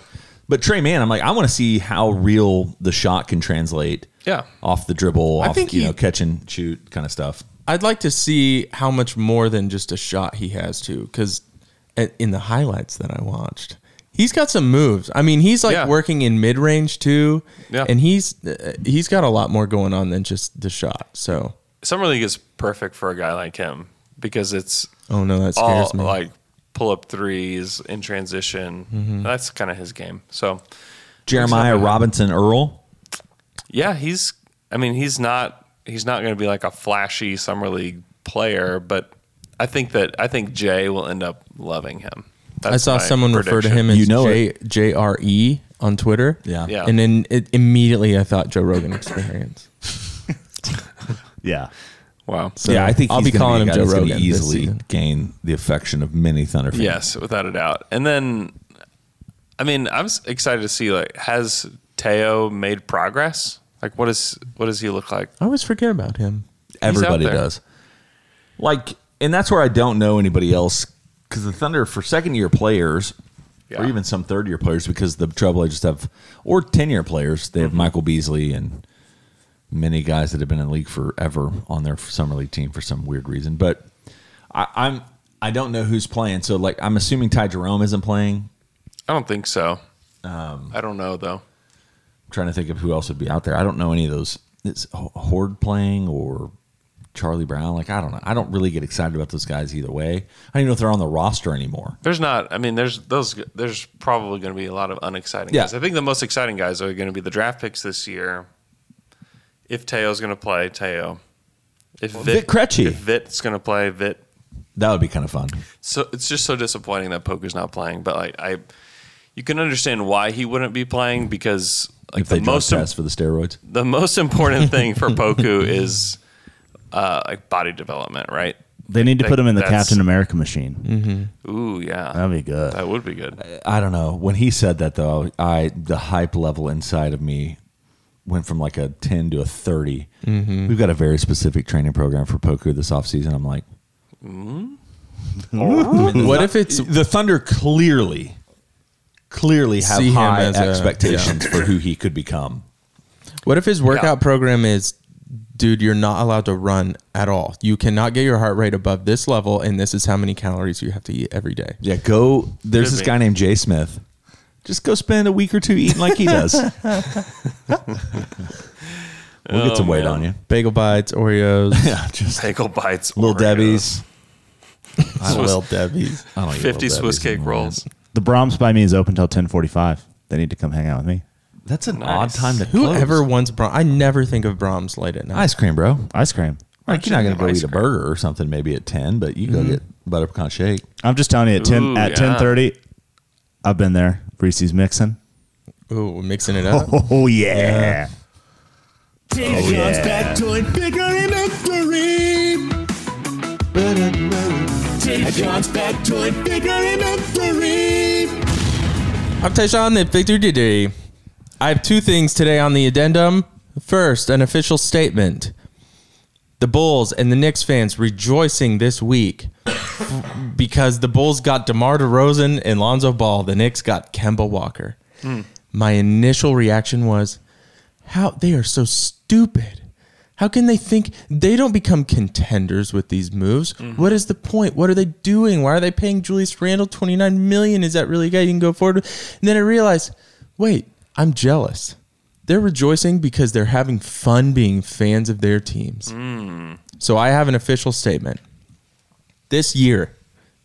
Speaker 5: but Trey Man, I'm like, I want to see how real the shot can translate.
Speaker 1: Yeah.
Speaker 5: off the dribble,
Speaker 4: I
Speaker 5: off
Speaker 4: think
Speaker 5: you
Speaker 4: he-
Speaker 5: know, catch and shoot kind of stuff.
Speaker 4: I'd like to see how much more than just a shot he has too, because in the highlights that I watched, he's got some moves. I mean, he's like
Speaker 1: Yeah.
Speaker 4: working in mid range too,
Speaker 1: Yeah.
Speaker 4: and he's uh, he's got a lot more going on than just the shot. So,
Speaker 1: Summer league is perfect for a guy like him because it's
Speaker 4: oh no, that
Speaker 1: all
Speaker 4: scares me.
Speaker 1: like pull up threes in transition.
Speaker 4: Mm-hmm.
Speaker 1: That's kind of his game. So
Speaker 5: Jeremiah
Speaker 1: Exactly.
Speaker 5: Robinson Earl.
Speaker 1: yeah, he's. I mean, he's not. He's not going to be like a flashy summer league player, but I think that I think Jay will end up loving him.
Speaker 4: I saw someone refer to him as
Speaker 5: You know
Speaker 4: J J R E on Twitter.
Speaker 5: Yeah.
Speaker 1: Yeah.
Speaker 4: and then it, immediately I thought Joe Rogan experience.
Speaker 2: Yeah.
Speaker 1: Wow.
Speaker 4: So
Speaker 5: yeah, I think
Speaker 4: I'll
Speaker 5: he's
Speaker 4: be
Speaker 5: gonna
Speaker 4: calling
Speaker 5: a
Speaker 4: him
Speaker 5: guy
Speaker 4: Joe
Speaker 5: that's gonna
Speaker 4: Rogan this
Speaker 5: Easily
Speaker 4: season.
Speaker 5: gain the affection of many Thunder fans.
Speaker 1: Yes, without a doubt. And then, I mean, I'm s- excited to see like has Teo made progress? Like, what is what does he look like?
Speaker 4: I always forget about him.
Speaker 5: everybody
Speaker 1: there.
Speaker 5: does. Like, and that's where I don't know anybody else because the Thunder for second year players,
Speaker 1: Yeah.
Speaker 5: or even some third year players, because the Trailblazers have or ten year players, they
Speaker 1: Mm-hmm.
Speaker 5: have Michael Beasley and many guys that have been in the league forever on their summer league team for some weird reason. But I, I'm I don't know who's playing, so like I'm assuming Ty Jerome isn't playing.
Speaker 1: I don't think so.
Speaker 5: Um,
Speaker 1: I don't know though.
Speaker 5: I'm trying to think of who else would be out there. I don't know any of those. It's H- Horde playing or Charlie Brown. Like I don't know. I don't really get excited about those guys either way. I don't even know if they're on the roster anymore.
Speaker 1: There's not. I mean, there's those. There's probably going to be a lot of unexciting
Speaker 5: Yeah.
Speaker 1: guys. I think the most exciting guys are going to be the draft picks this year. If Teo's going to play, Teo. If
Speaker 5: Vit Krejci.
Speaker 1: If Vit's going to play, Vit.
Speaker 5: That would be kind of fun.
Speaker 1: So it's just so disappointing that Poker's not playing. But like I, you can understand why he wouldn't be playing because like
Speaker 5: if they
Speaker 1: the
Speaker 5: drug
Speaker 1: most im-
Speaker 5: test for the steroids.
Speaker 1: the most important thing for Poku is uh, like body development, right?
Speaker 2: They need to
Speaker 1: Like,
Speaker 2: put him in the
Speaker 1: that's-
Speaker 2: Captain America machine.
Speaker 1: Ooh, yeah,
Speaker 5: Uh,
Speaker 2: That'd be good.
Speaker 1: that would be good.
Speaker 5: I don't know. When he said that though, I the hype level inside of me went from like a 10 to a 30. We've got a very specific training program for Poku this offseason. I'm like,
Speaker 4: What if it's
Speaker 5: the Thunder clearly, clearly have
Speaker 4: See him
Speaker 5: high
Speaker 4: as a-
Speaker 5: expectations for who he could become.
Speaker 4: What if his workout program is, dude, you're not allowed to run at all. You cannot get your heart rate above this level, and this is how many calories you have to eat every day.
Speaker 5: Yeah, go. There's
Speaker 1: Could
Speaker 5: this
Speaker 1: be.
Speaker 5: guy named Jay Smith. Just go spend a week or two eating like he does. we'll get some weight
Speaker 1: Oh, man.
Speaker 5: on you.
Speaker 4: Bagel bites, Oreos,
Speaker 5: Yeah, just
Speaker 1: Pickle bites,
Speaker 5: little
Speaker 1: Oreos,
Speaker 5: Debbie's. I
Speaker 1: Swiss-
Speaker 5: will.
Speaker 4: Debbie's.
Speaker 5: I don't eat
Speaker 1: fifty
Speaker 5: Little
Speaker 1: Swiss
Speaker 5: Debbie's
Speaker 1: cake
Speaker 5: anymore, man.
Speaker 1: rolls.
Speaker 2: The Brahms by me is open till 1045. They need to come hang out with me.
Speaker 5: That's an odd
Speaker 1: Nice.
Speaker 5: time to
Speaker 4: Whoever
Speaker 5: close.
Speaker 4: wants Brahms, I never think of Brahms late at night.
Speaker 5: ice cream, bro.
Speaker 2: Ice cream.
Speaker 5: Like you're not gonna
Speaker 1: have
Speaker 5: go
Speaker 1: ice
Speaker 5: eat a
Speaker 1: cream.
Speaker 5: burger or something maybe at ten, but you go get butter pecan shake.
Speaker 2: I'm just telling you, at 10,
Speaker 1: Ooh,
Speaker 2: at
Speaker 1: yeah.
Speaker 2: 1030, I've been there. Reese's mixing.
Speaker 4: Ooh, we're mixing it up.
Speaker 2: Oh, yeah.
Speaker 4: I'm Tayshawn the Victor Diddy. I have two things today on the addendum. First, an official statement. The Bulls and the Knicks fans rejoicing this week because the Bulls got DeMar DeRozan and Lonzo Ball. The Knicks got Kemba Walker. My initial reaction was, how they are so stupid. How can they think they don't become contenders with these moves? What is the point? What are they doing? Why are they paying Julius Randle 29 million? Is that really a guy you can go forward with? And then I realized, wait, I'm jealous. They're rejoicing because they're having fun being fans of their teams. So I have an official statement. This year,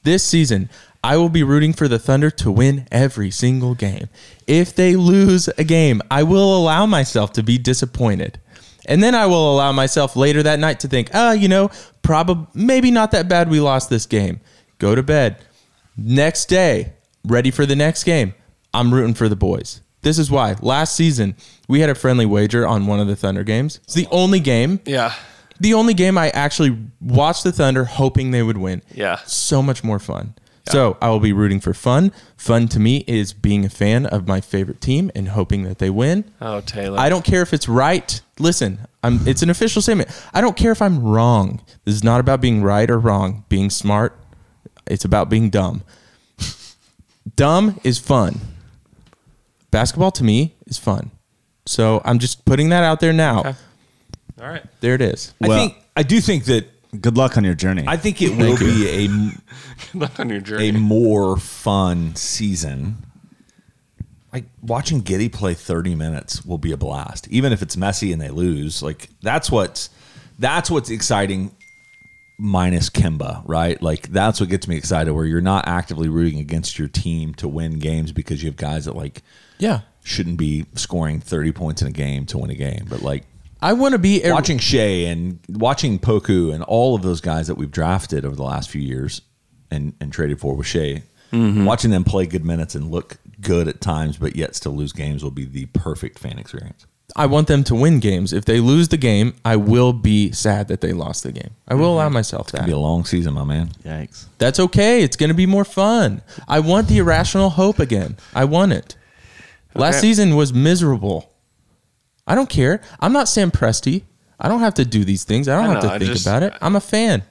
Speaker 4: this season, I will be rooting for the Thunder to win every single game. If they lose a game, I will allow myself to be disappointed. And then I will allow myself later that night to think, ah, you know, probably maybe not that bad we lost this game. Go to bed. Next day, ready for the next game. I'm rooting for the boys. This is why last season we had a friendly wager on one of the Thunder games. It's the only game
Speaker 1: Yeah,
Speaker 4: the only game I actually watched the Thunder hoping they would win.
Speaker 1: Yeah.
Speaker 4: So much more fun. So I will be rooting for fun. Fun to me is being a fan of my favorite team and hoping that they win.
Speaker 1: Oh, Taylor.
Speaker 4: I don't care if it's right. Listen, I'm, it's an official statement. I don't care if I'm wrong. This is not about being right or wrong, being smart. It's about being dumb. dumb is fun. Basketball to me is fun. So I'm just putting that out there now.
Speaker 1: All right.
Speaker 4: There it is.
Speaker 5: I think I do think that
Speaker 2: Good luck on your journey.
Speaker 5: I think it will be a
Speaker 1: Good luck on your journey.
Speaker 5: a more fun season. Like watching Giddy play 30 minutes will be a blast, even if it's messy and they lose. Like that's what's that's what's exciting. Minus Kimba, right? Like that's what gets me excited. Where you're not actively rooting against your team to win games because you have guys that like
Speaker 4: yeah.
Speaker 5: shouldn't be scoring 30 points in a game to win a game, but like
Speaker 4: I want to be a-
Speaker 5: watching Shea and watching Poku and all of those guys that we've drafted over the last few years and, and traded for with Shea, watching them play good minutes and look good at times, but yet still lose games will be the perfect fan experience.
Speaker 4: I want them to win games. If they lose the game, I will be sad that they lost the game. I will allow myself that.
Speaker 5: It'll be a long season, my man.
Speaker 2: Yikes.
Speaker 4: That's okay. It's going to be more fun. I want the irrational hope again. I want it. Last
Speaker 1: Okay.
Speaker 4: season was miserable. I don't care. I'm not Sam Presti. I don't have to do these things. I don't
Speaker 1: I
Speaker 4: have
Speaker 1: know,
Speaker 4: to
Speaker 1: I
Speaker 4: think
Speaker 1: just-
Speaker 4: about it. I'm a fan.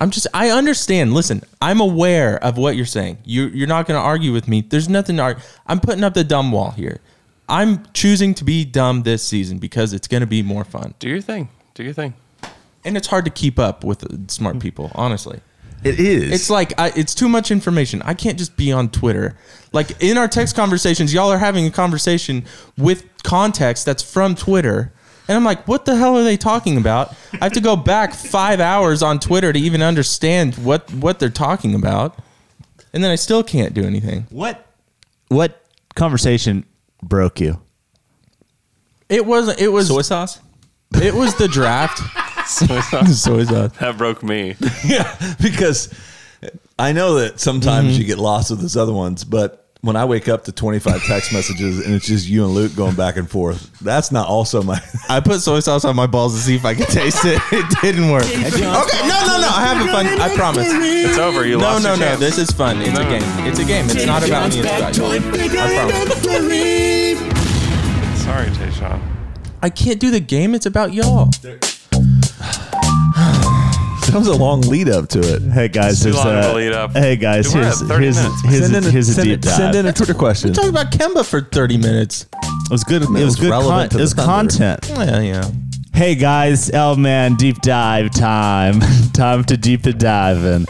Speaker 4: I'm just. I understand. Listen, I'm aware of what you're saying. You you're not going to argue with me. There's nothing to argue. I'm putting up the dumb wall here. I'm choosing to be dumb this season because it's going to be more fun,
Speaker 1: Do your thing. Do your thing.
Speaker 4: and it's hard to keep up with
Speaker 1: Hmm.
Speaker 4: smart people. Honestly.
Speaker 5: It is.
Speaker 4: It's like I, it's too much information. I can't just be on Twitter. Like in our text conversations, y'all are having a conversation with context that's from Twitter, and I'm like, what the hell are they talking about? I have to go back five hours on Twitter to even understand what what they're talking about, and then I still can't do anything.
Speaker 2: What what conversation broke you?
Speaker 4: It wasn't. It was soy sauce. It was the draft.
Speaker 1: Soy sauce.
Speaker 4: soy sauce.
Speaker 1: that broke me.
Speaker 5: yeah, because I know that sometimes you get lost with those other ones, but when I wake up to 25 text messages and it's just you and Luke going back and forth, that's not also my.
Speaker 4: I put soy sauce on my balls to see if I could taste it. It didn't work. Okay, no, no, no. I have a fun. I promise.
Speaker 1: It's over. You
Speaker 4: No,
Speaker 1: lost
Speaker 4: no,
Speaker 1: your
Speaker 4: no.
Speaker 1: chance.
Speaker 4: This is fun. It's a
Speaker 1: No.
Speaker 4: game. It's a game. It's not about me. It's about you. I promise.
Speaker 1: Sorry, Tayshawn.
Speaker 4: I can't do the game. It's about y'all.
Speaker 5: That was a long lead up to it.
Speaker 2: Hey guys,
Speaker 1: Too
Speaker 2: here's
Speaker 1: long of
Speaker 2: a,
Speaker 1: a lead up.
Speaker 2: Hey guys,
Speaker 1: Dude, we're
Speaker 2: here's
Speaker 1: at 30
Speaker 2: here's
Speaker 1: minutes.
Speaker 2: here's,
Speaker 5: Send in
Speaker 2: a, here's a
Speaker 5: send
Speaker 2: deep
Speaker 5: in-
Speaker 2: dive.
Speaker 5: Send in a Twitter question.
Speaker 4: Talk about Kemba for 30 minutes.
Speaker 2: It was good. It was,
Speaker 5: was
Speaker 2: good. Con-
Speaker 5: relevant to
Speaker 2: it
Speaker 5: the
Speaker 2: was
Speaker 5: Thunder.
Speaker 2: content.
Speaker 4: Yeah, yeah.
Speaker 2: Hey guys, L man, deep dive time. time to deep the dive in.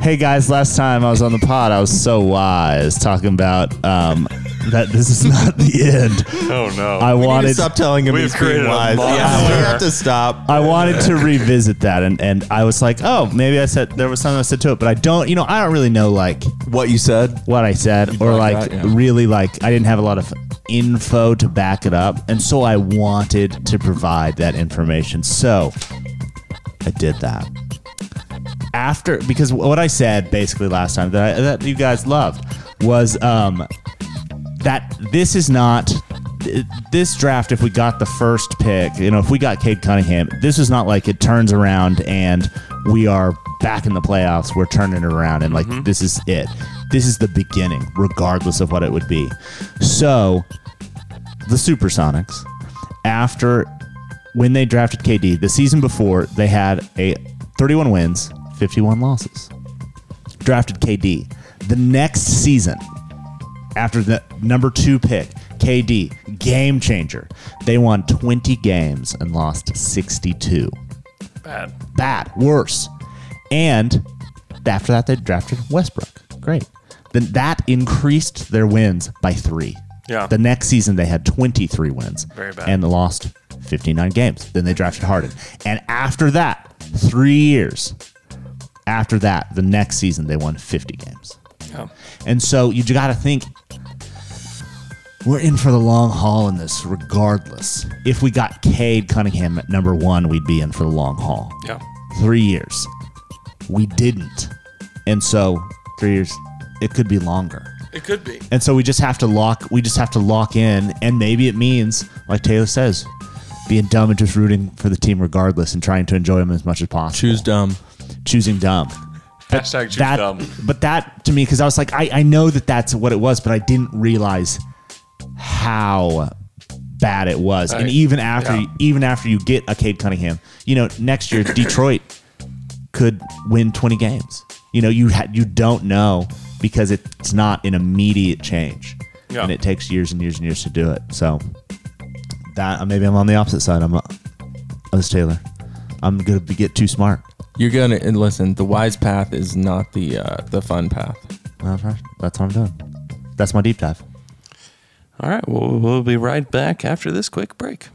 Speaker 2: Hey guys, last time I was on the pod, I was so wise talking about um, that this is not the end.
Speaker 1: Oh, no.
Speaker 2: I
Speaker 4: Need to
Speaker 2: wanted
Speaker 4: stop telling him
Speaker 1: We've
Speaker 4: he's being
Speaker 1: created a
Speaker 4: wise. Yeah,
Speaker 1: monster.
Speaker 4: we have to stop.
Speaker 2: I wanted to revisit that, and, and I was like, oh, maybe I said there was something I said to it, but I don't, you know, I don't really know like
Speaker 5: what you said.
Speaker 2: what I said, or
Speaker 4: like
Speaker 2: like
Speaker 4: that, yeah.
Speaker 2: really like I didn't have a lot of info to back it up, and so I wanted to provide that information. So I did that after because what I said basically last time that I, that you guys loved was um, that this is not th- this draft. If we got the first pick, you know, if we got Cade Cunningham, this is not like it turns around and we are back in the playoffs. We're turning it around and like this is it. This is the beginning, regardless of what it would be. So the Supersonics, after when they drafted KD the season before, they had a 31 wins, 51 losses. Drafted KD. The next season, after the number two pick, KD, game changer. They won 20 games and lost 62.
Speaker 1: Bad.
Speaker 2: Bad, worse. And after that, they drafted Westbrook. Great. Then that increased their wins by three.
Speaker 1: Yeah.
Speaker 2: The next season, they had 23 wins
Speaker 1: Very bad.
Speaker 2: and lost 59 games. Then they drafted Harden. And after that, three years after that, the next season, they won 50 games.
Speaker 1: Yeah.
Speaker 2: And so you got to think we're in for the long haul in this, regardless. If we got Cade Cunningham at number one, we'd be in for the long haul.
Speaker 1: Yeah.
Speaker 2: Three years. We didn't. And so three years, it could be longer.
Speaker 1: It could be.
Speaker 2: And so we just have to lock. We just have to lock in, and maybe it means, like Taylor says, being dumb and just rooting for the team regardless, and trying to enjoy them as much as possible.
Speaker 4: Choose dumb.
Speaker 2: choosing dumb.
Speaker 1: Hashtag choose
Speaker 6: that,
Speaker 1: dumb.
Speaker 6: But that to me, because I was like, I, I know that that's what it was, but I didn't realize how bad it was. And
Speaker 1: Right.
Speaker 6: even after,
Speaker 1: Yeah.
Speaker 6: even after you get a Cade Cunningham, you know, next year Detroit could win 20 games. You know, you ha- you don't know because it's not an immediate change,
Speaker 1: Yeah.
Speaker 6: and it takes years and years and years to do it. So that maybe I'm on the opposite side. I'm uh, us Taylor. I'm gonna be, get too smart.
Speaker 4: You're gonna and listen. The wise path is not the uh, the fun path.
Speaker 6: That's right. That's what I'm doing. That's my deep dive.
Speaker 1: All right, well, we'll be right back after this quick break.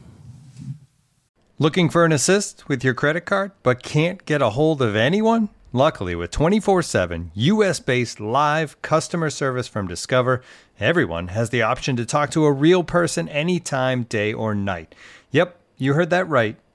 Speaker 7: Looking for an assist with your credit card but can't get a hold of anyone? Luckily, with 24 7 US based live customer service from Discover, everyone has the option to talk to a real person anytime, day or night. Yep, you heard that right.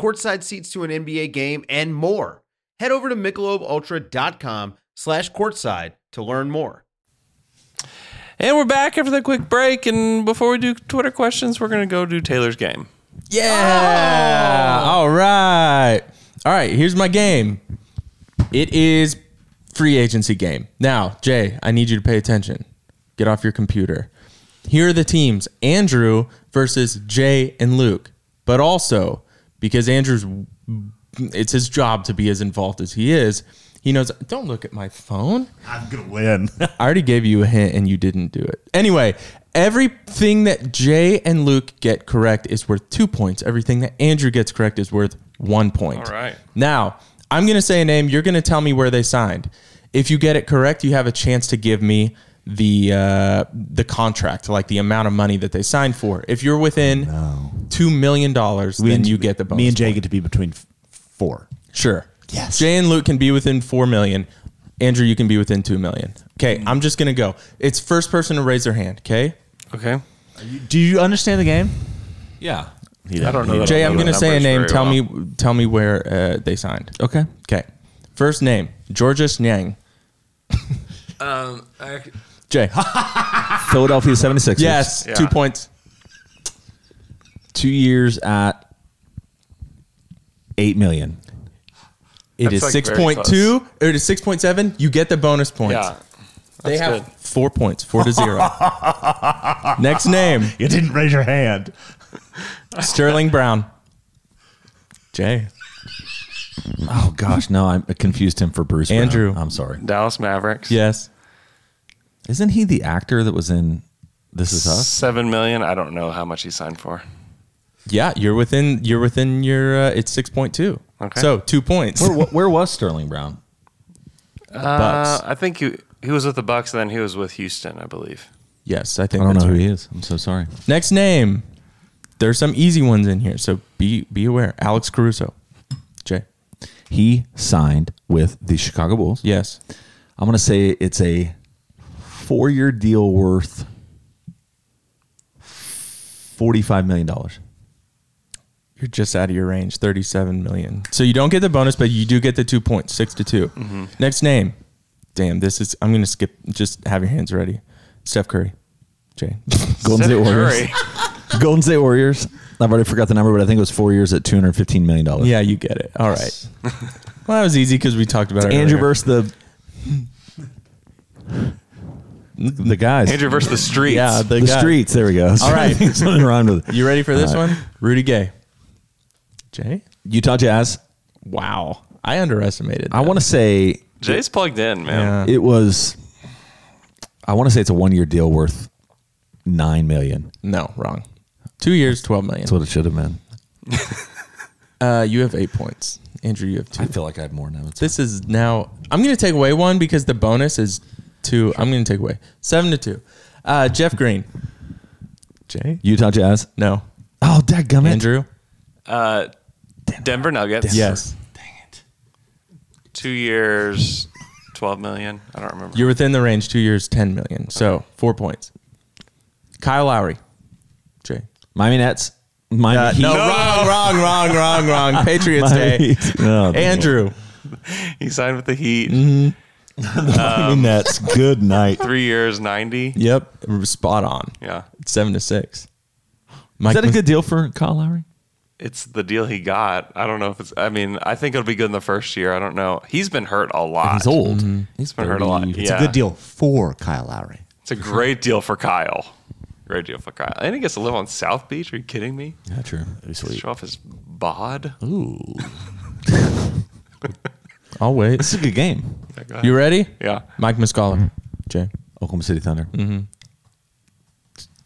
Speaker 8: courtside seats to an NBA game, and more. Head over to michelobultra.com slash courtside to learn more.
Speaker 1: And we're back after that quick break. And before we do Twitter questions, we're going to go do Taylor's game.
Speaker 4: Yeah. All right. All right. Here's my game. It is free agency game. Now, Jay, I need you to pay attention. Get off your computer. Here are the teams: Andrew versus Jay and Luke. But also, because Andrew's, it's his job to be as involved as he is. He knows. Don't look at my phone.
Speaker 2: I'm gonna win.
Speaker 4: I already gave you a hint and you didn't do it. Anyway, everything that Jay and Luke get correct is worth two points. Everything that Andrew gets correct is worth one point.
Speaker 1: All right.
Speaker 4: Now, I'm going to say a name. You're going to tell me where they signed. If you get it correct, you have a chance to give me the uh, the contract, like the amount of money that they signed for. If you're within two million dollars, then you get the bonus.
Speaker 6: Me and Jay get to be between f- four.
Speaker 4: Sure.
Speaker 6: Yes.
Speaker 4: Jay and Luke can be within four million. Andrew, you can be within two million. Okay, I'm just gonna go. It's first person to raise their hand. Okay.
Speaker 1: Okay.
Speaker 6: Do you understand the game?
Speaker 5: Yeah.
Speaker 1: I don't know. that
Speaker 4: Jay,
Speaker 1: I know
Speaker 4: I'm
Speaker 1: the
Speaker 4: gonna say a
Speaker 1: numbers
Speaker 4: name.
Speaker 1: very
Speaker 4: Tell
Speaker 1: well.
Speaker 4: me, tell me where uh, they signed. Okay. Okay. First name Georges Nyang.
Speaker 1: Um,
Speaker 4: Jay.
Speaker 5: Philadelphia 76ers.
Speaker 4: yes.
Speaker 1: Yeah.
Speaker 4: Two points.
Speaker 5: Two years at eight million.
Speaker 4: It is
Speaker 1: That's, like,
Speaker 4: six
Speaker 1: very
Speaker 4: point two. Or it is six point seven. You get the bonus points.
Speaker 1: Yeah.
Speaker 4: they
Speaker 1: that's
Speaker 4: have
Speaker 1: good.
Speaker 4: four points, four to zero. Next name
Speaker 2: You didn't raise your hand.
Speaker 4: Sterling Brown. Jay.
Speaker 5: Oh gosh, no, I'm, I confused him for Bruce. Brown.
Speaker 4: Andrew.
Speaker 5: I'm sorry.
Speaker 1: Dallas Mavericks.
Speaker 4: Yes.
Speaker 5: Isn't he the actor that was in This Is Us?
Speaker 1: Seven million. I don't know how much he signed for.
Speaker 4: Yeah, you're within you're within your uh, it's six point two.
Speaker 1: Okay.
Speaker 4: So two points.
Speaker 5: Where, where was Sterling Brown?
Speaker 1: Uh,
Speaker 4: Bucks.
Speaker 1: I think he he was with the Bucks, and then he was with Houston, I believe.
Speaker 4: Yes, I think.
Speaker 5: I don't know
Speaker 4: that's
Speaker 5: who
Speaker 4: right.
Speaker 5: he is. I'm so sorry.
Speaker 4: Next name. There's some easy ones in here, so be be aware. Alex Caruso. Jay.
Speaker 5: He signed with the Chicago Bulls.
Speaker 4: Yes.
Speaker 5: I'm going to say it's a four year deal worth $45 million.
Speaker 4: You're just out of your range. Thirty-seven million. So you don't get the bonus, but you do get the two points, six to 2
Speaker 1: Mm-hmm.
Speaker 4: Next name. Damn, this is. I'm gonna skip. Just have your hands ready. Steph Curry. Jay.
Speaker 5: Golden State
Speaker 1: Steph
Speaker 5: Warriors.
Speaker 1: Curry.
Speaker 5: Golden State Warriors. I've already forgot the number, but I think it was four years at $215 million.
Speaker 4: yeah, you get it. All right. well, that was easy because we talked about it.
Speaker 5: Andrew
Speaker 4: earlier.
Speaker 5: versus the. The guys.
Speaker 1: Andrew versus the Streets.
Speaker 4: Yeah,
Speaker 5: the,
Speaker 4: the, guy.
Speaker 5: streets. There we go.
Speaker 4: All right.
Speaker 5: Something wrong with it.
Speaker 4: You ready for this
Speaker 5: All right.
Speaker 4: one? Rudy Gay. Jay?
Speaker 5: Utah Jazz.
Speaker 4: Wow. I underestimated.
Speaker 5: I want to say
Speaker 1: Jay's plugged in, man.
Speaker 5: it was. I want to say it's a one-year deal worth nine million.
Speaker 4: No, wrong. Two years, 12 million.
Speaker 5: That's what it should have been.
Speaker 4: Uh, you have eight points. Andrew, you have two.
Speaker 5: I feel like I have more now. It's
Speaker 4: this is now. I'm going to take away one because the bonus is two. I'm going to take away seven to two. Uh, Jeff Green. Jay?
Speaker 5: Utah Jazz.
Speaker 4: No.
Speaker 5: Oh, dadgummit.
Speaker 4: Andrew?
Speaker 1: Uh, Denver Nuggets.
Speaker 4: Yes.
Speaker 1: Two years, 12 million. I don't remember.
Speaker 4: You're within the range. Two years, ten million. So four points. Kyle Lowry, Jay.
Speaker 5: Miami Nets. Miami
Speaker 4: Uh,
Speaker 5: Heat.
Speaker 4: no, wrong, wrong, wrong, wrong, wrong. Patriots
Speaker 5: Miami
Speaker 4: Day.
Speaker 5: Heat. No, no.
Speaker 4: Andrew.
Speaker 1: He signed with the Heat.
Speaker 5: Miami Nets. Good night.
Speaker 1: Three years, 90.
Speaker 4: Yep, spot on.
Speaker 1: Yeah.
Speaker 4: Seven to six.
Speaker 5: Is
Speaker 4: Mike
Speaker 5: that a good deal for Kyle Lowry?
Speaker 1: It's the deal he got. I don't know if it's, I mean, I think it'll be good in the first year. I don't know. He's been hurt a lot. Mm-hmm.
Speaker 5: He's old.
Speaker 1: He's been hurt a lot.
Speaker 5: It's
Speaker 6: It's
Speaker 1: yeah.
Speaker 6: a good deal for Kyle Lowry.
Speaker 1: It's a great deal for Kyle. Great deal for Kyle. And he gets to live on South Beach. Are you kidding me?
Speaker 5: Not true.
Speaker 1: Show off his bod.
Speaker 5: Ooh,
Speaker 4: I'll wait.
Speaker 5: this is a good game. Mm-hmm.
Speaker 4: You ready?
Speaker 1: Yeah.
Speaker 4: Mike Muscala. Jay.
Speaker 5: Oklahoma City Thunder. Mm-hmm.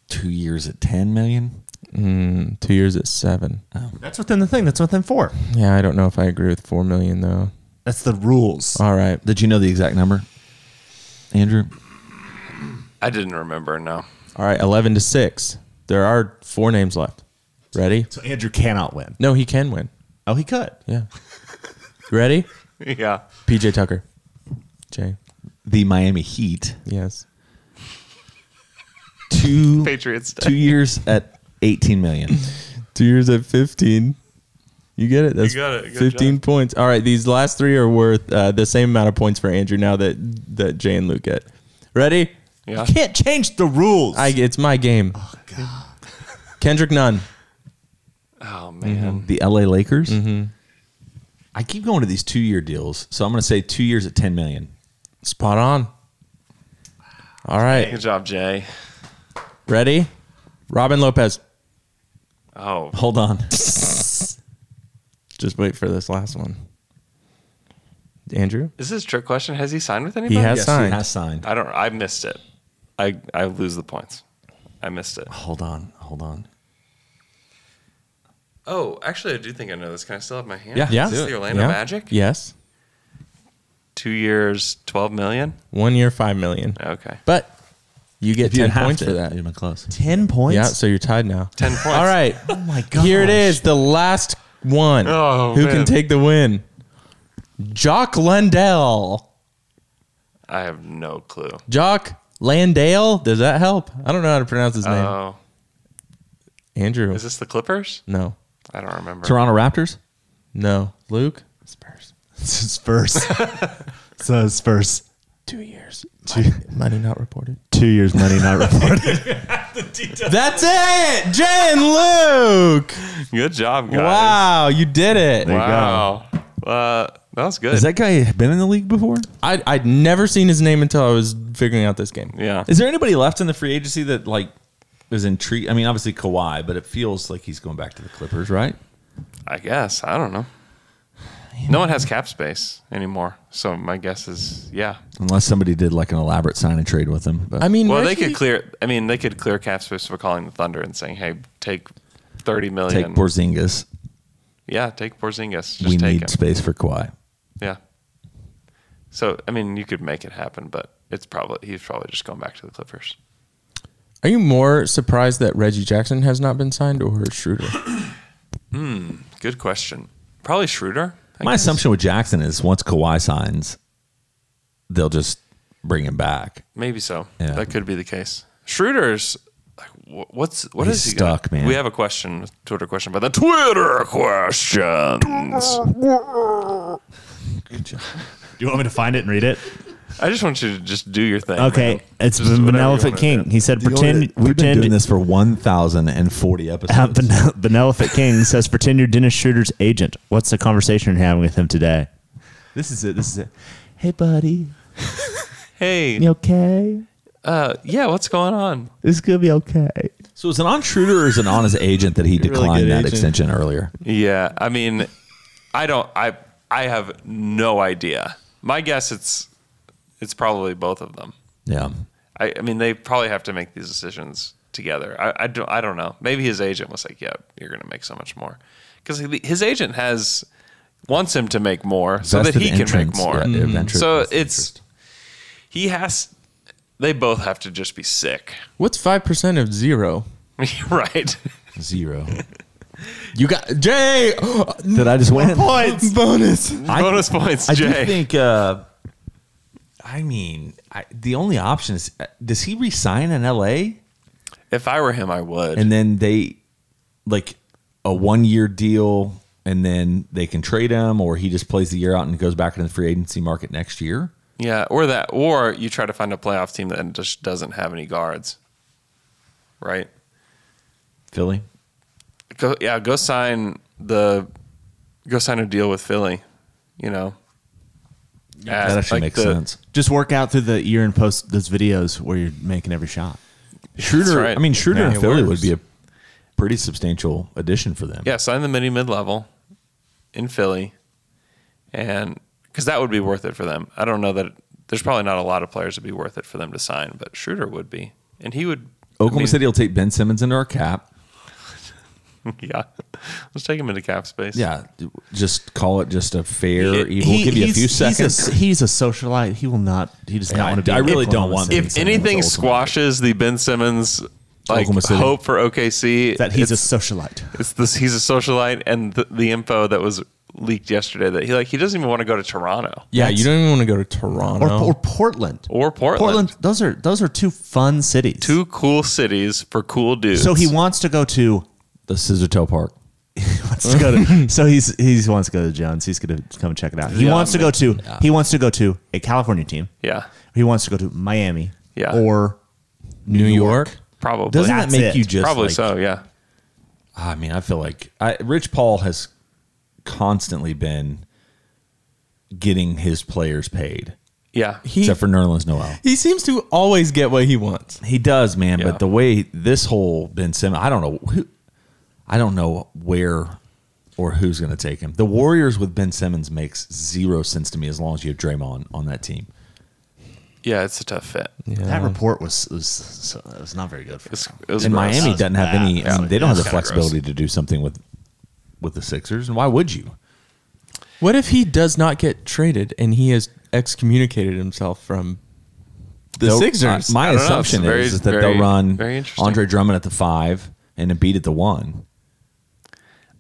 Speaker 5: Two years at ten million.
Speaker 4: Two years at seven.
Speaker 6: That's within the thing. That's within four.
Speaker 4: Yeah, I don't know if I agree with four million though.
Speaker 6: That's the rules.
Speaker 4: All right.
Speaker 5: Did you know the exact number, Andrew?
Speaker 1: I didn't remember. No.
Speaker 4: All right, eleven to six. There are four names left. Ready?
Speaker 6: So Andrew cannot win.
Speaker 4: No, he can win.
Speaker 6: Oh, he could.
Speaker 4: Yeah. Ready?
Speaker 1: Yeah.
Speaker 4: PJ Tucker. Jay.
Speaker 5: The Miami Heat.
Speaker 4: Yes.
Speaker 5: Two
Speaker 1: Patriots.
Speaker 5: two years at eighteen million.
Speaker 4: Two years at fifteen. You get it. That's
Speaker 1: got it. Good
Speaker 4: fifteen points. All right, these last three are worth uh, the same amount of points for Andrew now that that Jay and Luke get. Ready?
Speaker 1: Yeah.
Speaker 6: Can't change the rules.
Speaker 4: I it's my game.
Speaker 5: Oh,
Speaker 4: Kendrick Nunn.
Speaker 1: Oh, man.
Speaker 5: The LA Lakers. I keep going to these two year deals, so I'm going to say two years at ten million.
Speaker 4: Spot on. All
Speaker 1: Good
Speaker 4: right.
Speaker 1: job, Jay.
Speaker 4: Ready? Robin Lopez.
Speaker 1: Oh,
Speaker 5: Hold on.
Speaker 4: Just wait for this last one. Andrew?
Speaker 1: is this a trick question? Has he signed with
Speaker 4: He
Speaker 1: anybody?
Speaker 4: has signed.
Speaker 5: Oh, He has signed.
Speaker 1: I don't. I missed it. I I lose the points. I missed it.
Speaker 5: Hold on. Hold on.
Speaker 1: Oh, actually, I do think I know this. Can I still have my hand?
Speaker 5: Yeah,
Speaker 4: Yeah.
Speaker 1: Is this
Speaker 4: Do
Speaker 1: the
Speaker 4: it.
Speaker 1: Orlando
Speaker 4: Yeah.
Speaker 1: Magic?
Speaker 4: Yes.
Speaker 1: Two years, twelve million.
Speaker 4: One year, five million.
Speaker 1: Okay.
Speaker 4: But you get
Speaker 5: If you
Speaker 4: ten
Speaker 5: have
Speaker 4: points
Speaker 5: to,
Speaker 4: for that.
Speaker 5: you're not close.
Speaker 6: Ten points.
Speaker 4: Yeah, so you're tied now.
Speaker 1: Ten points.
Speaker 4: All right.
Speaker 6: Oh my god.
Speaker 4: Here it is, the last one.
Speaker 1: Oh,
Speaker 4: Who
Speaker 1: man.
Speaker 4: can take the win? Jock Lundell.
Speaker 1: I have no clue.
Speaker 4: Jock Landale. Does that help? I don't know how to pronounce his
Speaker 1: Oh,
Speaker 4: name. Andrew.
Speaker 1: is this the Clippers?
Speaker 4: no.
Speaker 1: I don't remember.
Speaker 5: Toronto Raptors.
Speaker 4: No. Luke? Spurs.
Speaker 6: It's his first. so his first
Speaker 4: Two years. Money, money not reported.
Speaker 6: two years money not reported.
Speaker 4: That's it. Jay and Luke.
Speaker 1: Good job, guys.
Speaker 4: Wow, you did it.
Speaker 1: Wow. Uh, that was good.
Speaker 5: Has that guy been in the league before?
Speaker 4: I, I'd never seen his name until I was figuring out this game.
Speaker 1: yeah.
Speaker 5: Is there anybody left in the free agency that like is intrigued? I mean, obviously Kawhi, but it feels like he's going back to the Clippers, right?
Speaker 1: I guess. I don't know. No one has cap space anymore, so my guess is yeah.
Speaker 5: Unless somebody did like an elaborate sign and trade with him. But
Speaker 4: I mean,
Speaker 1: Well,
Speaker 4: where
Speaker 1: they
Speaker 4: should
Speaker 1: could
Speaker 4: we-
Speaker 1: clear. I mean, they could clear cap space for calling the Thunder and saying, "Hey, take thirty
Speaker 5: take
Speaker 1: million.
Speaker 5: Porzingis.
Speaker 1: yeah, take Porzingis. Just
Speaker 5: we
Speaker 1: take
Speaker 5: need
Speaker 1: him.
Speaker 5: space for Kawhi.
Speaker 1: Yeah. So I mean, you could make it happen, but it's probably he's probably just going back to the Clippers.
Speaker 4: Are you more surprised that Reggie Jackson has not been signed or Schroeder?
Speaker 1: Good question. Probably Schroeder. I
Speaker 5: My
Speaker 1: guess.
Speaker 5: assumption with Jackson is once Kawhi signs, they'll just bring him back.
Speaker 1: Maybe so.
Speaker 5: Yeah.
Speaker 1: That could be the case. Schroeder's like, wh- what's what
Speaker 5: He's
Speaker 1: is he
Speaker 5: stuck,
Speaker 1: gonna-
Speaker 5: man.
Speaker 1: We have a question, Twitter question, but the Twitter questions.
Speaker 6: Do you want me to find it and read it?
Speaker 1: I just want you to just do your thing.
Speaker 6: Okay,
Speaker 1: man.
Speaker 6: it's
Speaker 1: Just
Speaker 6: Vanilla
Speaker 1: whatever you
Speaker 6: Benevolent
Speaker 1: wanna
Speaker 6: King.
Speaker 1: do.
Speaker 6: He said,
Speaker 5: We've
Speaker 6: "Pretend,
Speaker 5: been doing
Speaker 6: pretend."
Speaker 5: this for one thousand and forty episodes.
Speaker 6: Uh, Bene- Benevolent King says, "Pretend you're Dennis Schroeder's agent. What's the conversation you're having with him today?" This is it. This is it. Hey, buddy,
Speaker 1: Hey,
Speaker 6: you okay?
Speaker 1: uh, yeah, what's going on?
Speaker 6: This is gonna be okay.
Speaker 5: So is it on Schroeder or is it on his agent that he declined
Speaker 4: good
Speaker 5: that
Speaker 4: agent.
Speaker 5: extension earlier?
Speaker 1: Yeah, I mean, I don't. I I have no idea. My guess it's it's probably both of them.
Speaker 5: Yeah.
Speaker 1: I, I mean, they probably have to make these decisions together. I, I don't. I don't know. Maybe his agent was like, "Yeah, you're going to make so much more," because his agent has wants him to make more so that
Speaker 5: Vested
Speaker 1: he can make
Speaker 5: entrance,
Speaker 1: more.
Speaker 5: yeah, yeah, venture-
Speaker 1: So
Speaker 5: vested
Speaker 1: it's he has. They both have to just be sick,
Speaker 4: What's five percent of zero?
Speaker 1: right?
Speaker 5: Zero.
Speaker 4: You got Jay
Speaker 5: Did I just win?
Speaker 4: points bonus.
Speaker 5: I-
Speaker 1: Bonus points,
Speaker 5: I do
Speaker 1: Jay.
Speaker 5: think uh, I mean, I, the only option is uh, does he resign in L.A.?
Speaker 1: If I were him, I would.
Speaker 5: And then they like a one-year deal, and then they can trade him, or he just plays the year out and goes back into the free agency market next year.
Speaker 1: Yeah, or that, or you try to find a playoff team that just doesn't have any guards, right?
Speaker 5: Philly.
Speaker 1: Go, yeah, go sign the, go sign a deal with Philly, you know.
Speaker 2: Yeah,
Speaker 1: As,
Speaker 2: that actually
Speaker 1: like,
Speaker 2: makes
Speaker 1: the-
Speaker 2: sense. Just work out through the year and post those videos where you're making every shot.
Speaker 5: Schroeder,
Speaker 1: right.
Speaker 5: I mean, Schroeder
Speaker 1: Yeah,
Speaker 5: and
Speaker 1: it
Speaker 5: Philly
Speaker 1: works.
Speaker 5: would be a pretty substantial addition for them.
Speaker 1: Yeah, sign the mini mid level in Philly, and because that would be worth it for them. I don't know that there's probably not a lot of players would be worth it for them to sign, but Schroeder would be, and he would. I
Speaker 5: Oklahoma
Speaker 1: mean,
Speaker 5: City will take Ben Simmons into our cap.
Speaker 1: Yeah, let's take him into cap space.
Speaker 5: Yeah, just call it just a fair.
Speaker 1: He-
Speaker 5: He, will give you a
Speaker 2: he's-
Speaker 5: few seconds.
Speaker 2: He's a, he's a socialite. He will not. He does
Speaker 5: Yeah,
Speaker 2: not
Speaker 5: I-
Speaker 2: want to be.
Speaker 5: I
Speaker 2: in
Speaker 5: really don't
Speaker 2: Oklahoma
Speaker 5: want
Speaker 2: City.
Speaker 1: If anything squashes the Ben Simmons like
Speaker 2: Oklahoma City.
Speaker 1: hope for OKC,
Speaker 2: that he's a
Speaker 1: it's-
Speaker 2: socialite.
Speaker 1: It's this. He's a socialite, and the, the info that was leaked yesterday that he like he doesn't even want to go to Toronto
Speaker 4: Yeah, you don't even want to go to Toronto.
Speaker 2: Or, or Portland.
Speaker 1: or Portland.
Speaker 2: Portland. Those are those are two fun cities.
Speaker 1: Two cool cities for cool dudes.
Speaker 2: so he wants to go to.
Speaker 5: the Scissor Toe Park.
Speaker 2: He wants to go to. so he's he wants to go to Jones. He's going to come check it out. He
Speaker 1: Yeah,
Speaker 2: wants to
Speaker 1: man.
Speaker 2: go to. He wants to go to a California team.
Speaker 1: yeah,
Speaker 2: He wants to go to Miami.
Speaker 1: Yeah.
Speaker 2: Or
Speaker 4: New York.
Speaker 1: probably
Speaker 5: Doesn't
Speaker 2: That's
Speaker 5: that make
Speaker 2: it.
Speaker 5: you just
Speaker 1: probably
Speaker 5: like-
Speaker 1: so. Yeah,
Speaker 5: I mean, I feel like I, Rich Paul has constantly been getting his players paid,
Speaker 1: yeah.
Speaker 4: He
Speaker 5: except for Nerlens Noel.
Speaker 4: he seems to always get what he wants.
Speaker 5: He does, man.
Speaker 1: Yeah.
Speaker 5: But the way this whole Ben Simmons, I don't know, who, I don't know where or who's going to take him. The Warriors with Ben Simmons makes zero sense to me as long as you have Draymond on that team.
Speaker 1: Yeah, it's a tough fit.
Speaker 2: That report was was, so, it was not very good for
Speaker 1: It's,
Speaker 2: him.
Speaker 1: it was
Speaker 5: and
Speaker 1: gross.
Speaker 5: Miami doesn't have
Speaker 2: bad.
Speaker 5: any. I
Speaker 2: That's
Speaker 5: mean,
Speaker 2: like-
Speaker 5: they don't have the
Speaker 2: that's kinda
Speaker 5: flexibility to do something with with the Sixers. And why would you?
Speaker 4: What if he does not get traded and he has excommunicated himself from the
Speaker 5: They'll-
Speaker 4: Sixers?
Speaker 5: uh, my
Speaker 1: I don't know.
Speaker 5: assumption
Speaker 1: It's very-
Speaker 5: is, is that
Speaker 1: very-
Speaker 5: they'll run
Speaker 1: very interesting.
Speaker 5: Andre Drummond at the five and Embiid at the one.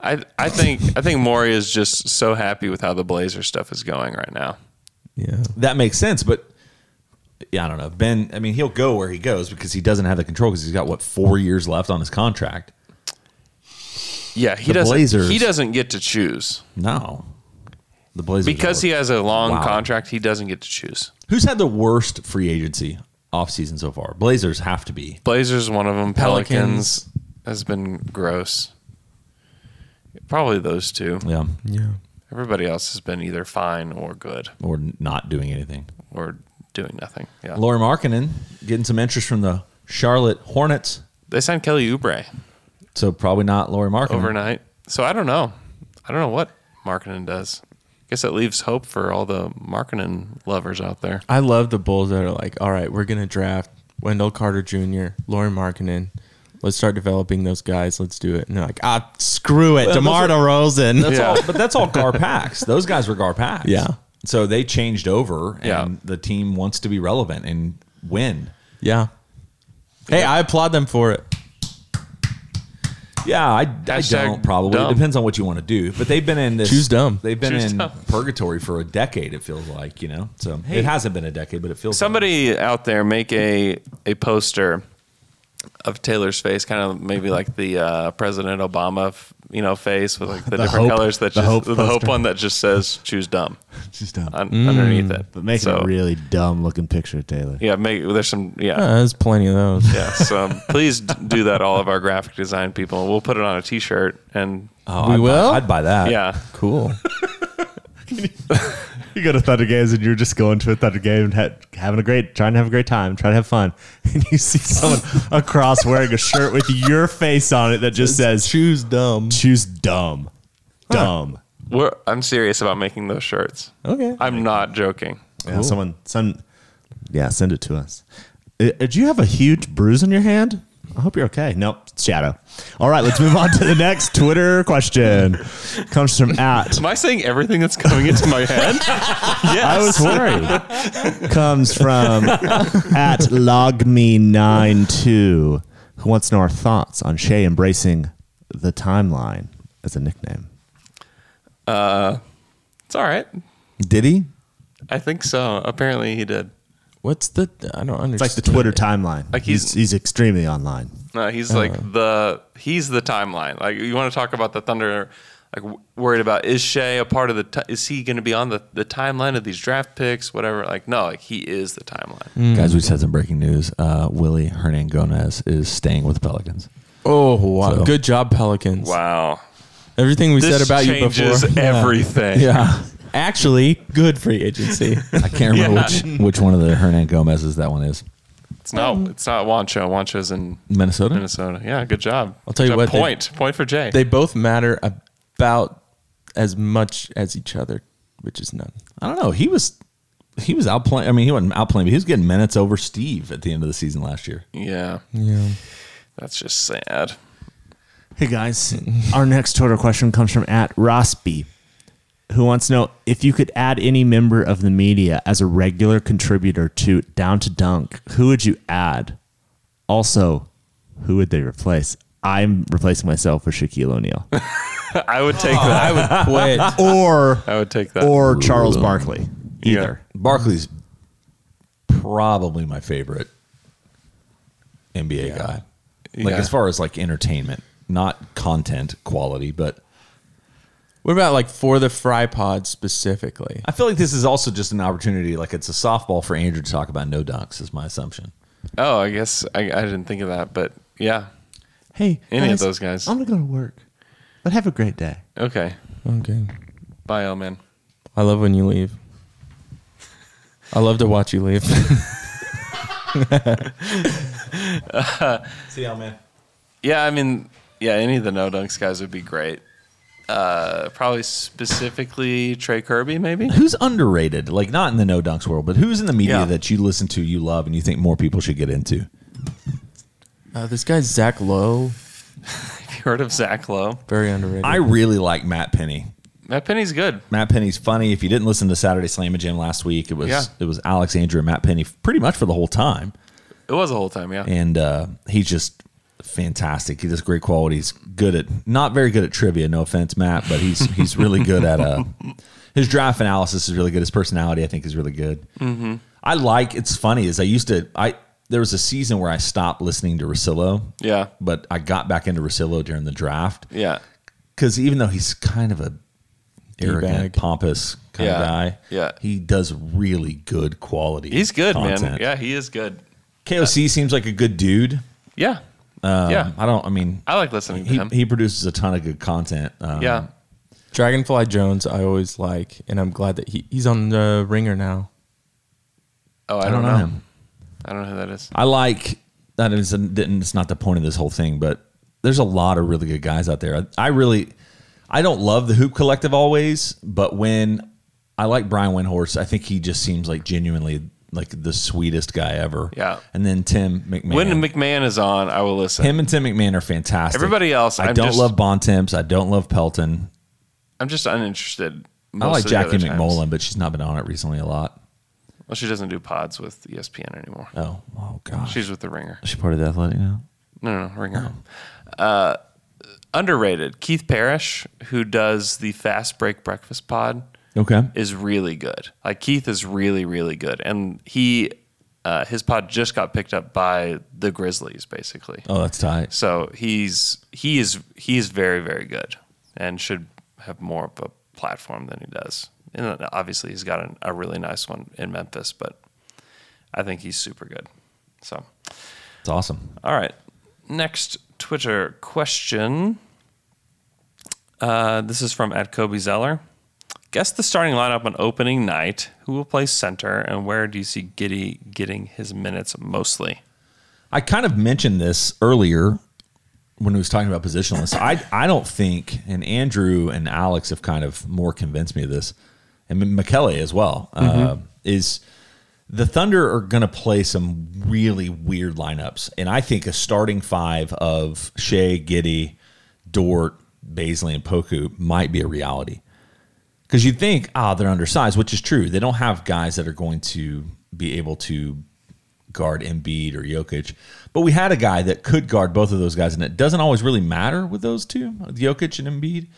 Speaker 1: I I think I think Maury is just so happy with how the Blazer stuff is going right now.
Speaker 4: yeah.
Speaker 5: That makes sense, but yeah, I don't know. Ben, I mean, he'll go where he goes because he doesn't have the control because he's got what four years left on his contract.
Speaker 1: Yeah, he
Speaker 5: The
Speaker 1: doesn't.
Speaker 5: Blazers-
Speaker 1: He doesn't get to choose
Speaker 5: No, the Blazers
Speaker 1: because
Speaker 5: are-
Speaker 1: he has a long
Speaker 5: Wow.
Speaker 1: contract. He doesn't get to choose.
Speaker 5: who's had the worst free agency offseason so far. Blazers have to be.
Speaker 1: Blazers, one of them. Pelicans,
Speaker 4: Pelicans.
Speaker 1: has been gross. Probably those two.
Speaker 5: Yeah,
Speaker 4: Yeah.
Speaker 1: Everybody else has been either fine or good
Speaker 5: or not doing anything.
Speaker 1: or doing nothing. Yeah,
Speaker 5: Laurie Markkinen getting some interest from the Charlotte Hornets,
Speaker 1: they signed Kelly Oubre
Speaker 5: so probably not Laurie Markkinen.
Speaker 1: overnight. So I don't know. I don't know what marketing does. Guess that leaves hope for all the marketing lovers out there.
Speaker 4: I love the Bulls that are like, all right, we're gonna draft Wendell Carter Jr., Lauren Markkinen. Let's start developing those guys. Let's do it. And they're like, ah, screw it, Demar Derozan.
Speaker 5: That's
Speaker 1: Yeah.
Speaker 5: all, but that's all Gar Packs. Those guys were Gar Packs.
Speaker 4: Yeah.
Speaker 5: So they changed over, and
Speaker 1: Yeah.
Speaker 5: the team wants to be relevant and win.
Speaker 4: Yeah. Hey, I applaud them for it.
Speaker 5: Yeah, I, I
Speaker 1: Hashtag
Speaker 5: don't probably.
Speaker 1: dumb.
Speaker 5: It depends on what you want to do. But they've been in this.
Speaker 4: Choose dumb.
Speaker 5: They've been
Speaker 1: Choose
Speaker 5: in
Speaker 1: dumb.
Speaker 5: purgatory for a decade. It feels like you know. So it hasn't been a decade, but it feels.
Speaker 1: Somebody out there make a a poster of Taylor's face, kind of maybe like the uh, President Obama, f- you know, face with like the,
Speaker 2: hope-
Speaker 1: different colors that
Speaker 2: the
Speaker 1: just,
Speaker 2: hope
Speaker 1: the hope
Speaker 2: poster. Mm.
Speaker 1: one that just says "choose dumb"
Speaker 2: Just dumb.
Speaker 1: on, underneath it.
Speaker 2: But making
Speaker 1: So,
Speaker 2: a really dumb looking picture, of Taylor.
Speaker 1: yeah, make there's some yeah.
Speaker 4: Uh, there's plenty of those.
Speaker 1: Yeah, so um, please d- do that, all of our graphic design people. We'll put it on a T-shirt, and
Speaker 5: Oh,
Speaker 4: We
Speaker 5: I'd
Speaker 4: will?
Speaker 5: Buy, I'd buy that.
Speaker 1: yeah,
Speaker 4: Cool.
Speaker 2: You go to Thunder games and you're just going to a Thunder game and ha- having a great, trying to have a great time, trying to have fun, and you see someone across wearing a shirt with your face on it that just says
Speaker 4: Choose dumb.
Speaker 2: "Choose dumb, dumb."
Speaker 1: we're, I'm serious about making those shirts.
Speaker 4: Okay.
Speaker 1: I'm not joking.
Speaker 2: Yeah, someone, send, yeah, send it to us. Uh, Did you have a huge bruise on your hand? I hope you're okay. Nope, it's shadow. All right, let's move on to the next Twitter question. Comes from at
Speaker 1: Am I saying everything that's coming into my head?
Speaker 2: I was worried. Comes from at logme92, who wants to know our thoughts on Shay embracing the timeline as a nickname.
Speaker 1: It's all right.
Speaker 5: Did he?
Speaker 1: I think so. Apparently, he did.
Speaker 4: What's the? I don't understand.
Speaker 6: It's like the Twitter timeline.
Speaker 1: Like
Speaker 6: he's,
Speaker 1: he's-
Speaker 6: he's extremely online.
Speaker 1: No, he's
Speaker 4: Uh.
Speaker 1: like the he's the timeline. Like you want to talk about the Thunder, like w- worried about is Shea a part of the? T- is he going to be on the the timeline of these draft picks? Whatever. Like no, like he is the timeline.
Speaker 4: Mm.
Speaker 5: Guys, we just had some breaking news. Uh, Willie Hernan Gomez is staying with the Pelicans.
Speaker 4: Oh wow!
Speaker 5: So-
Speaker 4: Good job, Pelicans.
Speaker 1: Wow.
Speaker 4: Everything we
Speaker 1: This
Speaker 4: said about you before
Speaker 1: changes
Speaker 4: Yeah.
Speaker 1: everything.
Speaker 4: Yeah. Actually, good free agency.
Speaker 5: I can't remember which which one of the Hernan Gomez's that one is.
Speaker 1: It's no, it's not Wancho. Wancho's in
Speaker 5: Minnesota?
Speaker 1: Minnesota. Yeah, good job.
Speaker 4: Mm-hmm. I'll tell you
Speaker 1: Good
Speaker 4: what,
Speaker 1: job.
Speaker 4: they-
Speaker 1: Point point for Jay.
Speaker 4: They both matter about as much as each other, which is none.
Speaker 5: I don't know. He was he was outplaying. I mean, he wasn't outplaying, but he was getting minutes over Steve at the end of the season last year.
Speaker 1: yeah,
Speaker 4: Yeah.
Speaker 1: that's just sad.
Speaker 6: Hey guys, our next Twitter question comes from at Rossby, who wants to know if you could add any member of the media as a regular contributor to Down to Dunk, who would you add? Also, who would they replace? I'm replacing myself with Shaquille O'Neal
Speaker 1: I would take that.
Speaker 4: I would quit.
Speaker 6: or
Speaker 1: I would take that.
Speaker 6: or Charles Barkley. Either
Speaker 5: Barkley's probably my favorite NBA guy. Like
Speaker 1: Yeah.
Speaker 5: as far as like entertainment, not content quality, but
Speaker 4: What about like for the fry pod specifically?
Speaker 5: I feel like this is also just an opportunity. Like it's a softball for Andrew to talk about no dunks. Is my assumption.
Speaker 1: Oh, I guess I, I didn't think of that, but yeah.
Speaker 6: hey,
Speaker 1: Any of guys, those guys. I'm
Speaker 6: gonna go to work, but have a great day.
Speaker 1: Okay.
Speaker 4: Okay.
Speaker 1: Bye, L man.
Speaker 4: I love when you leave. I love to watch you leave.
Speaker 5: See how man.
Speaker 1: Yeah, I mean, yeah, any of the no dunks guys would be great. Uh, probably specifically Trey Kirby, maybe.
Speaker 5: Who's underrated? Like not in the no dunks world, but who's in the media
Speaker 1: Yeah.
Speaker 5: that you listen to, you love, and you think more people should get into?
Speaker 4: uh, this guy's Zach Lowe,
Speaker 1: Have you heard of Zach Lowe?
Speaker 4: very underrated.
Speaker 5: I really like Matt Penny.
Speaker 1: Matt Penny's good.
Speaker 5: Matt Penny's funny. If you didn't listen to Saturday Slam Jam last week, it was
Speaker 1: Yeah.
Speaker 5: it was Alex Andrew and Matt Penny pretty much for the whole time,
Speaker 1: It was a whole time, yeah.
Speaker 5: and uh, he's just fantastic. He has great qualities. Good at not very good at trivia. No offense, Matt, but he's he's really good at uh, his draft analysis is really good. His personality, I think, is really good. Mm-hmm. I like. It's funny is I used to I there was a season where I stopped listening to Rosillo.
Speaker 1: Yeah.
Speaker 5: but I got back into Rosillo during the draft
Speaker 1: Yeah.
Speaker 5: because even though he's kind of a arrogant,
Speaker 4: D-bag.
Speaker 5: pompous kind of
Speaker 1: Yeah.
Speaker 5: guy,
Speaker 1: Yeah.
Speaker 5: he does really good quality.
Speaker 1: He's good, man.
Speaker 5: content.
Speaker 1: Yeah, he is good.
Speaker 5: KOC seems like a good dude.
Speaker 1: Yeah.
Speaker 5: Um,
Speaker 1: yeah.
Speaker 5: I don't. I mean,
Speaker 1: I like listening to
Speaker 5: he,
Speaker 1: him.
Speaker 5: he produces a ton of good content. Um,
Speaker 1: yeah.
Speaker 4: Dragonfly Jones, I always like, and I'm glad that he, he's on the ringer now.
Speaker 1: Oh, I,
Speaker 5: I
Speaker 1: don't,
Speaker 5: don't
Speaker 1: know.
Speaker 5: know him.
Speaker 1: I don't know who that is.
Speaker 5: I like that. Is didn't. It's not the point of this whole thing, but there's a lot of really good guys out there. I, I really, I don't love the Hoop Collective always, but when I like Brian Windhorst, I think he just seems like genuinely like the sweetest guy ever.
Speaker 1: Yeah.
Speaker 5: And then Tim McMahon.
Speaker 1: When McMahon is on, I will listen.
Speaker 5: Him and Tim McMahon are fantastic.
Speaker 1: Everybody else,
Speaker 5: I
Speaker 1: I'm
Speaker 5: don't
Speaker 1: just-
Speaker 5: love Bontemps. I don't love Pelton.
Speaker 1: I'm just uninterested.
Speaker 5: I
Speaker 1: most
Speaker 5: like
Speaker 1: of the other
Speaker 5: Jackie
Speaker 1: times.
Speaker 5: McMullen, but she's not been on it recently a lot.
Speaker 1: Well, she doesn't do pods with E ESPN anymore.
Speaker 5: Oh, oh gosh.
Speaker 1: She's with The Ringer.
Speaker 5: Is she part of the athletic now?
Speaker 1: No, no, no Ringer. Home. Uh, underrated. Keith Parrish, who does the Fast Break Breakfast Pod,
Speaker 5: Okay.
Speaker 1: is really good. Like Keith is really, really good, and he uh, his pod just got picked up by the Grizzlies, basically.
Speaker 5: Oh, that's tight.
Speaker 1: So he's he is he is very, very good, and should have more of a platform than he does. And uh, obviously, he's got an, a really nice one in Memphis, but I think he's super good. So.
Speaker 5: It's awesome.
Speaker 1: All right. Next Twitter question. Uh, this is from at Kobe Zeller. Guess the starting lineup on opening night. Who will play center, and where do you see Giddy getting his minutes mostly?
Speaker 5: I kind of mentioned this earlier when we was talking about positionless. I I don't think, and Andrew and Alex have kind of more convinced me of this, and M- Michele as well. Uh, is the Thunder are going to play some really weird lineups, and I think a starting five of Shea, Giddy, Dort, Baisley, and Poku might be a reality. Because you'd think, ah, they're undersized, which is true. They don't have guys that are going to be able to guard Embiid or Jokic. But we had a guy that could guard both of those guys, and it doesn't always really matter with those two, Jokic and Embiid.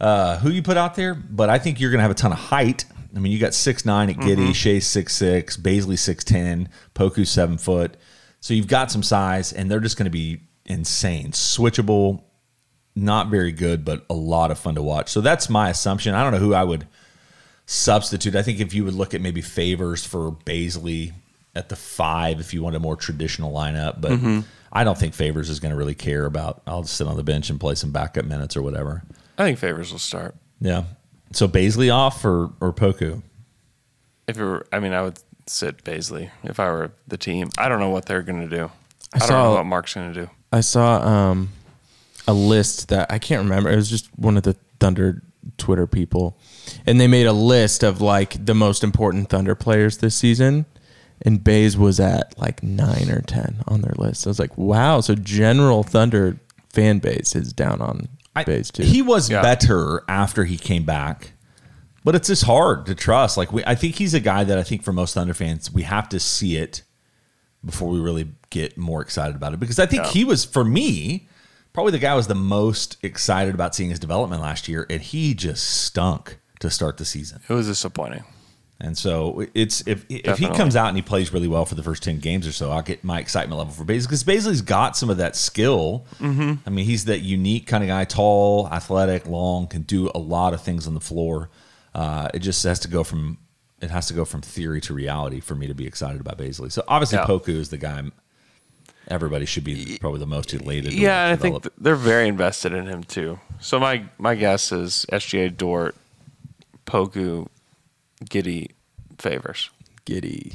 Speaker 5: uh, who you put out there, but I think you're going to have a ton of height. I mean, you got six nine at Giddy,
Speaker 8: Mhm.
Speaker 5: Shea six six, Baisley six ten, Poku seven foot. So you've got some size, and they're just going to be insane, switchable, not very good, but a lot of fun to watch. So that's my assumption. I don't know who I would substitute. I think if you would look at maybe favors for Baisley at the five, if you want a more traditional lineup, but
Speaker 1: Mhm.
Speaker 5: I don't think favors is going to really care about. I'll just sit on the bench and play some backup minutes or whatever.
Speaker 1: I think favors will start.
Speaker 5: Yeah. So Baisley off or or Poku?
Speaker 1: If it were, I mean, I would sit Baisley if I were the team. I don't know what they're going to do. I,
Speaker 4: I
Speaker 1: don't know
Speaker 4: saw-
Speaker 1: what Mark's going to do.
Speaker 4: I saw um, a list that I can't remember. It was just one of the Thunder Twitter people, and they made a list of like the most important Thunder players this season. And Bays was at like nine or ten on their list. I was like, wow. So general Thunder fan base is down on Bays too.
Speaker 5: He was better after he came back, but it's just hard to trust. Like we, I think he's a guy that I think for most Thunder fans, we have to see it before we really get more excited about it. Because I think
Speaker 8: Yeah.
Speaker 5: he was for me probably the guy I was the most excited about seeing his development last year, and he just stunk to start the season.
Speaker 1: It was disappointing.
Speaker 5: And so it's if if he
Speaker 1: Definitely.
Speaker 5: comes out and he plays really well for the first ten games or so, I'll get my excitement level for Basley because Basley's got some of that skill.
Speaker 1: Mm-hmm.
Speaker 8: Mhm.
Speaker 5: I mean, he's that unique kind of guy, tall, athletic, long, can do a lot of things on the floor. Uh, it just has to go from it has to go from theory to reality for me to be excited about Basley. So obviously,
Speaker 1: Yeah.
Speaker 5: Poku is the guy I'm, everybody should be probably the most elated. to
Speaker 1: yeah, and I
Speaker 5: watch
Speaker 1: think
Speaker 5: develop.
Speaker 1: th- they're very invested in him too. So my my guess is SGA Dort, Poku, Giddy, favors.
Speaker 4: Giddy.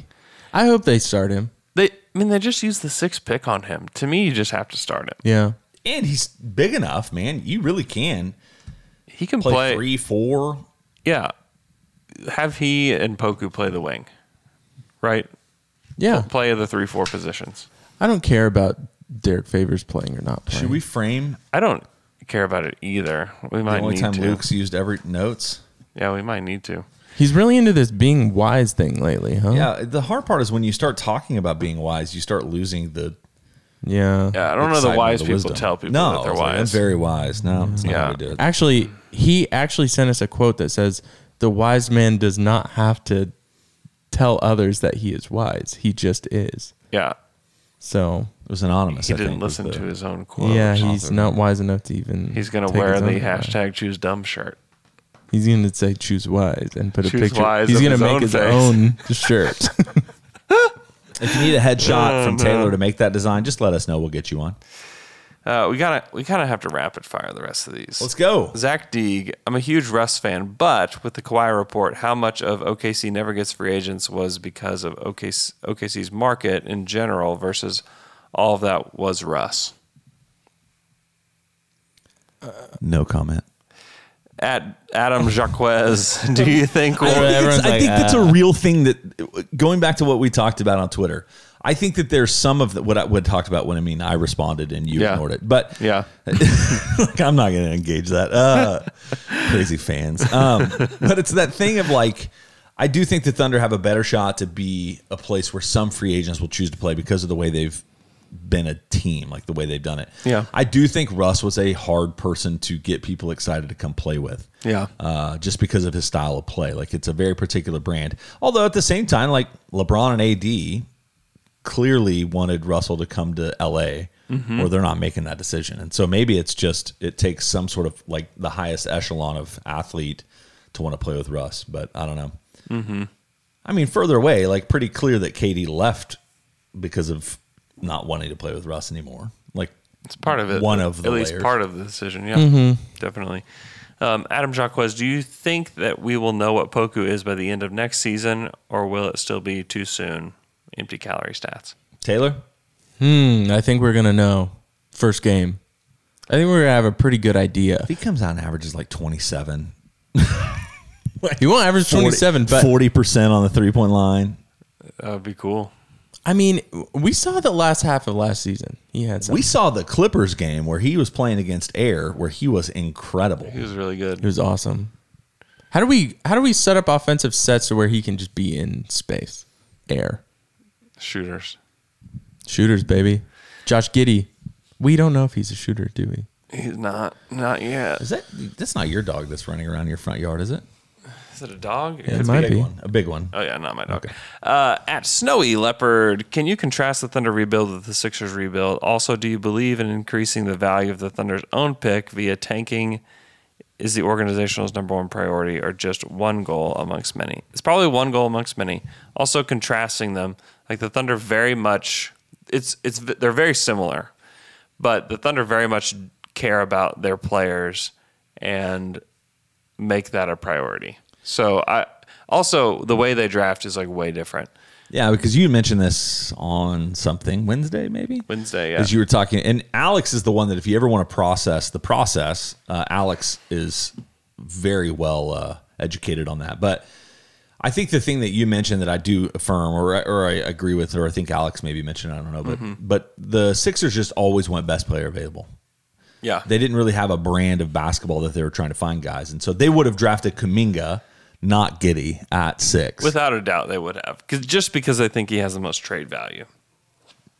Speaker 4: I hope they start him.
Speaker 1: They, I mean, they just used the sixth pick on him. To me, you just have to start him.
Speaker 4: Yeah.
Speaker 5: and he's big enough, man. You really can.
Speaker 1: He can
Speaker 5: play,
Speaker 1: play-
Speaker 5: three, four.
Speaker 1: Yeah, have he and Poku play the wing, right?
Speaker 4: Yeah.
Speaker 1: play the three four positions.
Speaker 4: I don't care about Derek Favors playing or not playing.
Speaker 5: Should we frame?
Speaker 1: I don't care about it either. We might
Speaker 5: only
Speaker 1: need
Speaker 5: time
Speaker 1: to.
Speaker 5: Luke's used every notes.
Speaker 1: Yeah, we might need to.
Speaker 4: He's really into this being wise thing lately, huh?
Speaker 5: Yeah, the hard part is when you start talking about being wise, you start losing the.
Speaker 4: Yeah.
Speaker 1: Yeah, I don't know the
Speaker 5: excitement of
Speaker 1: wise people
Speaker 5: wisdom.
Speaker 1: tell people
Speaker 5: No,
Speaker 1: that they're
Speaker 5: it's like, I'm
Speaker 1: wise.
Speaker 5: very wise. No, it's not
Speaker 1: Yeah.
Speaker 5: how we do it.
Speaker 4: Actually, he actually sent us a quote that says, "The wise man does not have to tell others that he is wise; he just is."
Speaker 1: Yeah.
Speaker 4: So
Speaker 5: it was anonymous.
Speaker 1: He didn't listen to his own quote.
Speaker 4: yeah, he's not wise enough to even.
Speaker 1: He's gonna
Speaker 4: take
Speaker 1: wear
Speaker 4: his
Speaker 1: the
Speaker 4: own advice.
Speaker 1: hashtag choose dumb shirt.
Speaker 4: He's gonna say choose wise and put
Speaker 1: Choose
Speaker 4: a picture.
Speaker 1: wise
Speaker 4: he's
Speaker 1: of
Speaker 4: gonna
Speaker 1: his
Speaker 4: make
Speaker 1: own
Speaker 4: his
Speaker 1: face.
Speaker 4: own shirt.
Speaker 5: If you need a headshot
Speaker 1: Oh,
Speaker 5: from
Speaker 1: no.
Speaker 5: Taylor to make that design, just let us know. We'll get you on.
Speaker 1: Uh, we gotta we kind of have to rapid fire the rest of these. Let's
Speaker 5: go.
Speaker 1: Zach Deeg. I'm a huge Russ fan, but with the Kawhi report, how much of OKC never gets free agents was because of OKC, OKC's market in general versus all of that was Russ.
Speaker 5: No comment.
Speaker 1: At Adam Jacquez, do you think
Speaker 5: I
Speaker 1: we'll-
Speaker 5: think, it's- I think that's a real thing that going back to what we talked about on Twitter. I think that there's some of the, what I what I talked about when I mean I responded and you
Speaker 1: Yeah.
Speaker 5: ignored it, but
Speaker 1: yeah,
Speaker 5: like, I'm not going to engage that. Uh, crazy fans, um, but it's that thing of like I do think the Thunder have a better shot to be a place where some free agents will choose to play because of the way they've been a team, like the way they've done it.
Speaker 1: Yeah.
Speaker 5: I do think Russ was a hard person to get people excited to come play with
Speaker 1: Yeah.
Speaker 5: uh, just because of his style of play. Like it's a very particular brand. Although at the same time, like LeBron and AD clearly wanted Russell to come to LA,
Speaker 1: Mm-hmm.
Speaker 8: Mhm.
Speaker 5: or they're not making that decision. And so maybe it's just it takes some sort of like the highest echelon of athlete to want to play with Russ. But I don't know.
Speaker 1: Mm-hmm.
Speaker 5: I mean, further away, like pretty clear that KD left because of not wanting to play with Russ anymore. Like
Speaker 1: It's part of it.
Speaker 5: One of the
Speaker 1: at least
Speaker 5: layers.
Speaker 1: part of the decision. Yeah,
Speaker 5: Mhm.
Speaker 1: definitely. Um, Adam Jacquez, do you think that we will know what Poku is by the end of next season, or will it still be too soon? Empty calorie stats.
Speaker 5: Taylor.
Speaker 4: hmm. I think we're gonna know first game. I think we're gonna have a pretty good idea.
Speaker 5: He comes out and averages like 27.
Speaker 4: He won't average 27, but
Speaker 5: 40% on the three point line.
Speaker 1: That would be cool.
Speaker 4: I mean, we saw the last half of last season. He had some.
Speaker 5: We saw the Clippers game where he was playing against air, where he was incredible.
Speaker 1: He was really good.
Speaker 4: It was awesome. How do we how do we set up offensive sets to where he can just be in space, air,
Speaker 1: Shooters.
Speaker 4: shooters, baby? Josh Giddy. We don't know if he's a shooter, do we?
Speaker 1: He's not. Not yet.
Speaker 5: Is that that's not your dog that's running around your front yard, is it?
Speaker 1: Is it a dog?
Speaker 5: Yeah, it's a big one. A big one.
Speaker 1: Oh yeah, not my dog. Uh, at Snowy Leopard, can you contrast the Thunder rebuild with the Sixers rebuild? Also, do you believe in increasing the value of the Thunder's own pick via tanking? Is the organizational's number one priority, or just one goal amongst many? It's probably one goal amongst many. Also, contrasting them, like the Thunder, very much it's it's they're very similar, but the Thunder very much care about their players and make that a priority. So I also the way they draft is like way different.
Speaker 5: Yeah, because you mentioned this on something Wednesday, maybe
Speaker 1: Wednesday, yeah.
Speaker 5: as you were talking. And Alex is the one that if you ever want to process the process, uh, Alex is very well uh, educated on that. But I think the thing that you mentioned that I do affirm or or I agree with, or I think Alex maybe mentioned, I don't know, but
Speaker 1: Mhm.
Speaker 5: but the Sixers just always want best player available.
Speaker 1: Yeah.
Speaker 5: They didn't really have a brand of basketball that they were trying to find guys. And so they would have drafted Kaminga, not Giddy, at six.
Speaker 1: Without a doubt, they would have 'Cause- just because they think he has the most trade value,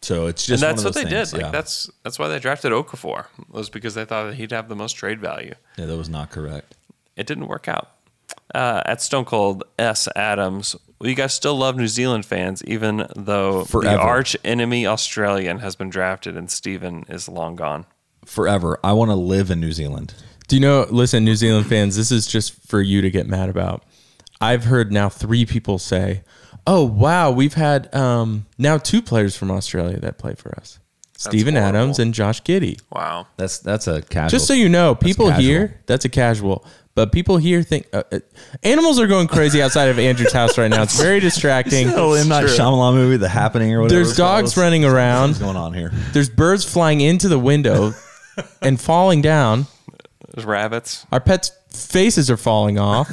Speaker 5: So it's just
Speaker 1: and that's
Speaker 5: one of
Speaker 1: what they
Speaker 5: those things,
Speaker 1: did. Like
Speaker 5: yeah.
Speaker 1: that's that's why they drafted Okafor was because they thought that he'd have the most trade value.
Speaker 5: Yeah, that was not correct.
Speaker 1: It didn't work out. Uh, at Stone Cold S Adams, well, you guys still love New Zealand fans, even though
Speaker 5: Forever.
Speaker 1: the arch enemy Australian has been drafted and Steven is long gone.
Speaker 5: Forever. I want to live in New Zealand.
Speaker 4: Do you know? Listen, New Zealand fans, this is just for you to get mad about. I've heard now three people say, "Oh wow, we've had um, now two players from Australia that play for us: Stephen Adams and Josh Giddy."
Speaker 1: Wow.
Speaker 5: That's that's a casual.
Speaker 4: Just so you know,
Speaker 5: that's
Speaker 4: people
Speaker 5: casual.
Speaker 4: here, that's a casual. But people here think uh, uh, animals are going crazy outside of Andrew's house right now. It's very distracting.
Speaker 5: Still M. Night Shyamalan movie, The Happening or whatever.
Speaker 4: There's
Speaker 5: it's called.
Speaker 4: dogs running around. What's
Speaker 5: going on here?
Speaker 4: There's birds flying into the window and falling down.
Speaker 1: There's rabbits.
Speaker 4: Our pets' faces are falling off.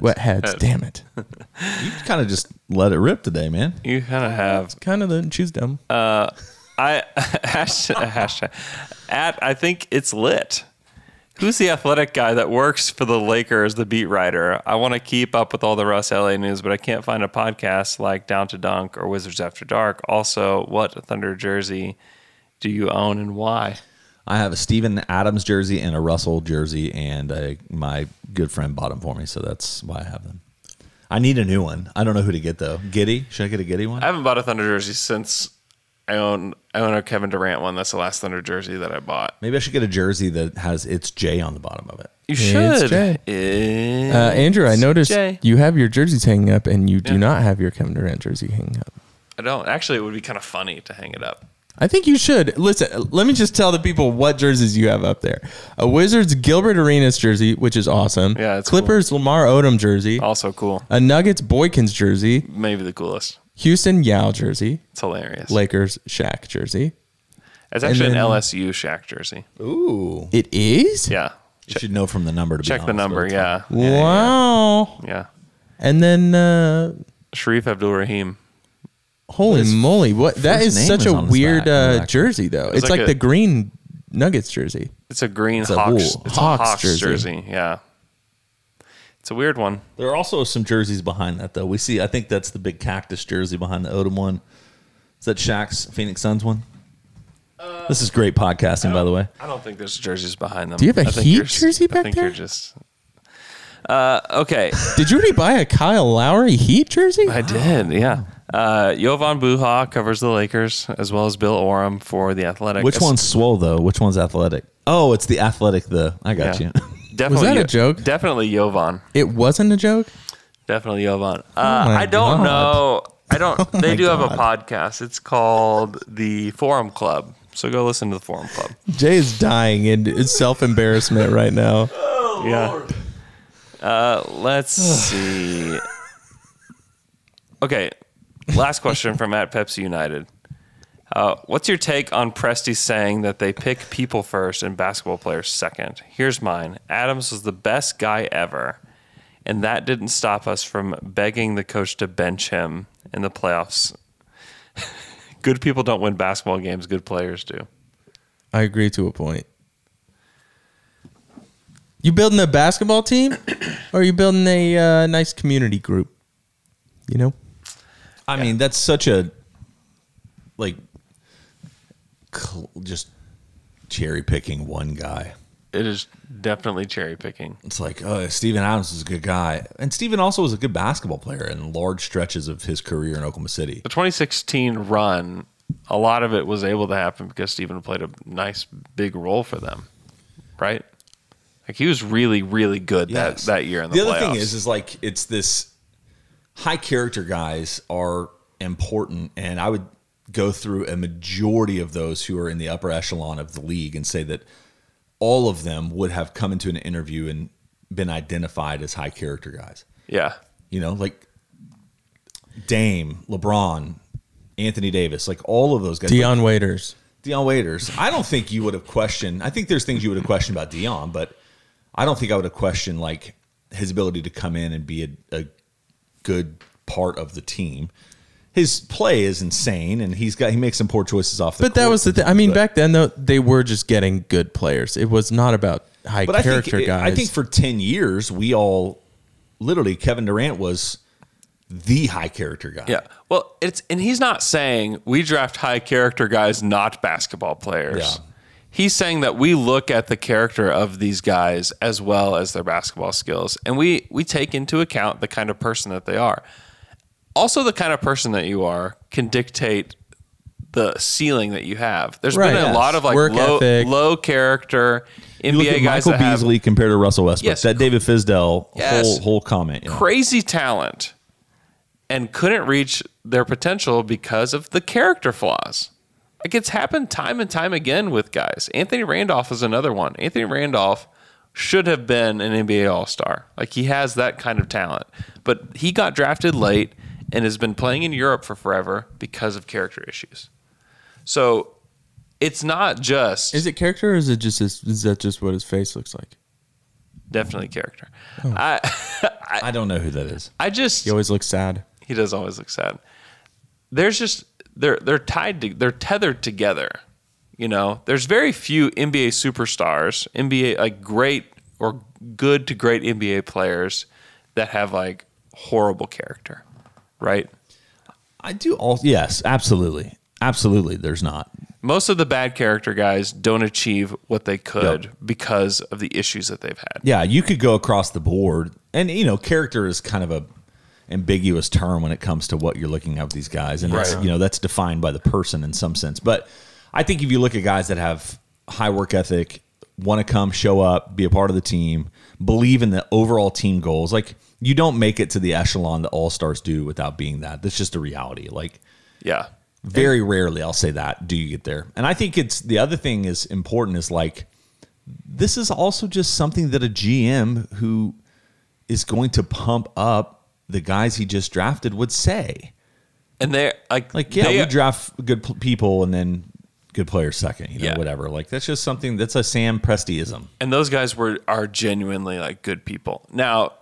Speaker 4: What heads?
Speaker 1: Heads.
Speaker 4: Damn it!
Speaker 5: You kind of just let it rip today, man.
Speaker 1: You kind of have
Speaker 4: Kind of the choose dumb.
Speaker 1: Uh, I hashtag, hashtag at I think it's lit. Who's the athletic guy that works for the Lakers, the beat writer? I want to keep up with all the Russ LA news, but I can't find a podcast like Down to Dunk or Wizards After Dark. Also, what Thunder jersey do you own and why?
Speaker 5: I have a Steven Adams jersey and a Russell jersey, and a, my good friend bought them for me, so that's why I have them. I need a new one. I don't know who to get though. Giddy? Should I get a Giddy one?
Speaker 1: I haven't bought a Thunder jersey since I own I own a Kevin Durant one. That's the last Thunder jersey that I bought.
Speaker 5: Maybe I should get a jersey that has its J on the bottom of it.
Speaker 1: You
Speaker 4: It's
Speaker 1: should.
Speaker 4: Jay.
Speaker 1: It's
Speaker 4: Uh, Andrew, I noticed
Speaker 1: Jay.
Speaker 4: you have your jerseys hanging up, and you do not have your Kevin Durant jersey hanging up.
Speaker 1: I don't. Actually, it would be kind of funny to hang it up.
Speaker 4: I think you should listen. Let me just tell the people what jerseys you have up there: a Wizards Gilbert Arenas jersey, which is awesome. Yeah, it's Clippers Lamar Odom jersey,
Speaker 1: also cool.
Speaker 4: A Nuggets Boykins jersey,
Speaker 1: Maybe the coolest.
Speaker 4: Houston Yao jersey.
Speaker 1: It's hilarious.
Speaker 4: Lakers Shaq jersey.
Speaker 1: It's
Speaker 4: And
Speaker 1: actually
Speaker 4: then-
Speaker 1: an LSU Shaq jersey.
Speaker 5: Ooh.
Speaker 4: It is?
Speaker 1: Yeah.
Speaker 5: You should know from the number to be
Speaker 1: Check the
Speaker 5: honest,
Speaker 1: number.
Speaker 5: but-
Speaker 1: Yeah.
Speaker 4: Wow.
Speaker 1: Yeah.
Speaker 4: And then, uh,
Speaker 1: Sharif Abdul Rahim.
Speaker 4: holy moly, what that
Speaker 1: first
Speaker 4: is
Speaker 1: name
Speaker 4: such
Speaker 1: is
Speaker 4: a
Speaker 1: on his
Speaker 4: weird
Speaker 1: back, on the
Speaker 4: uh,
Speaker 1: back.
Speaker 4: jersey, though.
Speaker 1: It's
Speaker 4: It's,
Speaker 1: like
Speaker 4: like,
Speaker 1: a-
Speaker 4: the green Nuggets jersey.
Speaker 1: It's a green
Speaker 4: It's a
Speaker 1: Hawks.
Speaker 4: wool-
Speaker 1: it's
Speaker 4: Hawks
Speaker 1: a Hawks
Speaker 4: jersey.
Speaker 1: jersey. Yeah. It's a weird one.
Speaker 5: There are also some jerseys behind that though. We see. I think that's the big cactus jersey behind the Odom one. Is that Shaq's Phoenix Suns one? this is great podcasting, by the way.
Speaker 1: I don't think there's jerseys behind them.
Speaker 4: Do you have a
Speaker 1: I think
Speaker 4: Heat
Speaker 1: you're s-
Speaker 4: jersey
Speaker 1: I
Speaker 4: back
Speaker 1: think
Speaker 4: there?
Speaker 1: You're just. Uh, okay.
Speaker 4: Did you already buy a Kyle Lowry Heat jersey?
Speaker 1: I did. Yeah. Uh, Jovan Buha covers the Lakers as well as Bill Oram for the Athletic.
Speaker 5: Which one's swole though? Which one's athletic? Oh, it's the athletic. The I got
Speaker 1: Yeah.
Speaker 5: you.
Speaker 1: Definitely
Speaker 4: Was that a
Speaker 1: Yo-
Speaker 4: joke?
Speaker 1: Definitely Jovan.
Speaker 4: It wasn't a joke.
Speaker 1: Definitely Jovan. Uh,
Speaker 4: Oh my
Speaker 1: I don't
Speaker 4: God. Oh
Speaker 1: know. I don't. they do have a podcast. It's called the Forum Club. So go listen to the Forum Club.
Speaker 4: Jay is dying in self embarrassment right now.
Speaker 1: yeah. Uh, let's see. Okay. Last question from at Pepsi United. Uh, what's your take on Presti saying that they pick people first and basketball players second? Here's mine. Adams was the best guy ever, and that didn't stop us from begging the coach to bench him in the playoffs. good people don't win basketball games, good players do.
Speaker 4: I agree to a point. You building a basketball team, or are you building a uh, nice community group? You know,
Speaker 5: I mean, that's such a like cl- just cherry picking one guy.
Speaker 1: It is definitely cherry picking.
Speaker 5: It's like, oh, Steven Adams is a good guy. And Steven also was a good basketball player in large stretches of his career in Oklahoma City.
Speaker 1: The 2016 run, a lot of it was able to happen because Steven played a nice big role for them, right? Like he was really, really good
Speaker 5: Yes.
Speaker 1: that, that year in the,
Speaker 5: other thing
Speaker 1: playoffs.
Speaker 5: is, is like it's this high character guys are important, and I would go through a majority of those who are in the upper echelon of the league and say that all of them would have come into an interview and been identified as high character guys.
Speaker 1: yeah,
Speaker 5: You know, like Dame, LeBron, Anthony Davis, like all of those guys.
Speaker 4: Dion Waiters.
Speaker 5: Dion Waiters. I don't think you would have questioned. I think there's things you would have questioned about Dion, but I don't think I would have questioned like his ability to come in and be a, a good part of the team. His play is insane, and he's got he makes some poor choices off the.
Speaker 4: But that
Speaker 5: court.
Speaker 4: was the thing. I mean,
Speaker 5: But-
Speaker 4: back then though, they were just getting good players. It was not about high
Speaker 5: but
Speaker 4: character
Speaker 5: I think,
Speaker 4: guys.
Speaker 5: I think for ten years, we all literally Kevin Durant was the high character guy.
Speaker 1: yeah. Well, it's and he's not saying we draft high character guys, not basketball players.
Speaker 5: Yeah.
Speaker 1: He's saying that we look at the character of these guys as well as their basketball skills, and we we take into account the kind of person that they are. Also, the kind of person that you are can dictate the ceiling that you have. There's
Speaker 4: Right,
Speaker 1: been a
Speaker 4: yes.
Speaker 1: lot of like
Speaker 4: Work
Speaker 1: low
Speaker 4: ethic.
Speaker 1: low character
Speaker 5: You look
Speaker 1: NBA
Speaker 5: at
Speaker 1: guys
Speaker 5: Michael
Speaker 1: that have
Speaker 5: Beasley compared to Russell Westbrook.
Speaker 1: Yes.
Speaker 5: That David Fisdell
Speaker 1: Yes.
Speaker 5: whole whole comment. you know.
Speaker 1: crazy talent and couldn't reach their potential because of the character flaws. Like it's happened time and time again with guys. Anthony Randolph is another one. Anthony Randolph should have been an NBA All Star. Like he has that kind of talent, but he got drafted late and has been playing in Europe for forever because of character issues. So it's not just
Speaker 4: is it character or is it just is, is that just what his face looks like?
Speaker 1: definitely character. I
Speaker 5: I don't know who that is.
Speaker 1: I just
Speaker 4: He always looks sad.
Speaker 1: He does always look sad. There's just they're they're tied to they're tethered together. You know, there's very few NBA superstars, NBA like great or good to great NBA players that have like horrible character, right?
Speaker 5: I do all yes, absolutely. Absolutely there's not.
Speaker 1: Most of the bad character guys don't achieve what they could because of the issues that they've had.
Speaker 5: Yeah, you could go across the board and you know, character is kind of a ambiguous term when it comes to what you're looking at with these guys and that's
Speaker 1: Right.
Speaker 5: you know, that's defined by the person in some sense. But I think if you look at guys that have high work ethic, want to come, show up, be a part of the team, believe in the overall team goals, like you don't make it to the echelon that all stars do without being that. That's just a reality. Like
Speaker 1: Yeah.
Speaker 5: Very rarely, I'll say that, do you get there. And I think it's the other thing is important is like, this is also just something that a GM who is going to pump up the guys he just drafted would say.
Speaker 1: And they're like
Speaker 5: Like, yeah,
Speaker 1: they-
Speaker 5: we draft good pl- people and then good players second, you know,
Speaker 1: Yeah.
Speaker 5: whatever. Like, that's just something that's a Sam Prestiism.
Speaker 1: and those guys were are genuinely like good people. Now,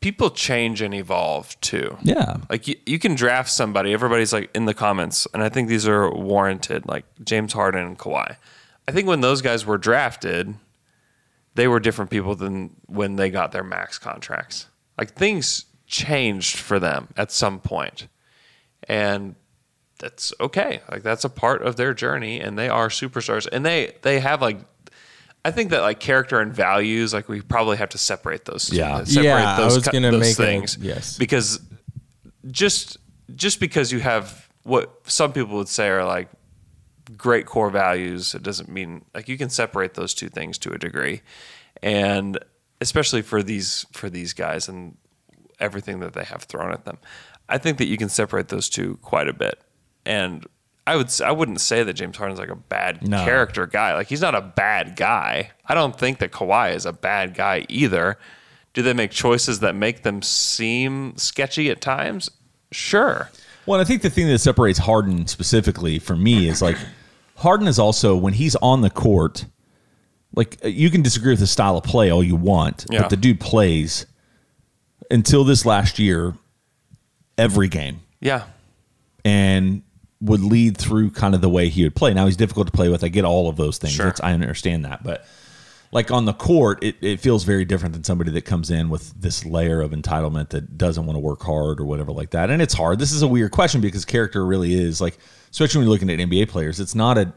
Speaker 1: people change and evolve too.
Speaker 5: Yeah.
Speaker 1: Like you, you can draft somebody. Everybody's like in the comments, and I think these are warranted. Like James Harden and Kawhi. I think when those guys were drafted, they were different people than when they got their max contracts. Like things changed for them at some point, and that's okay. Like that's a part of their journey, and they are superstars, and they they have like. I think that like character and values, like we probably have to separate those.
Speaker 5: Yeah.
Speaker 1: separate
Speaker 4: Yeah, I
Speaker 1: those,
Speaker 4: was
Speaker 1: co-
Speaker 4: gonna
Speaker 1: those
Speaker 4: make a-
Speaker 1: things.
Speaker 4: yes.
Speaker 1: because just just because you have what some people would say are like great core values it doesn't mean like you can separate those two things to a degree and especially for these for these guys and everything that they have thrown at them i think that you can separate those two quite a bit and i would s- i wouldn't say that james harden's like a bad
Speaker 5: No.
Speaker 1: character guy like he's not a bad guy i don't think that Kawhi is a bad guy either do they make choices that make them seem sketchy at times sure
Speaker 5: Well, and I think the thing that separates Harden specifically for me is like Harden is also when he's on the court, like uh, you can disagree with the style of play all you want,
Speaker 1: Yeah.
Speaker 5: but the dude plays until this last year every game
Speaker 1: yeah
Speaker 5: and would lead through kind of the way he would play. Now he's difficult to play with. I get all of those things.
Speaker 1: Sure.
Speaker 5: That's, I understand that, but like on the court, it, it feels very different than somebody that comes in with this layer of entitlement that doesn't want to work hard or whatever like that. And it's hard. This is a weird question because character really is like, especially when you're looking at NBA players, it's not a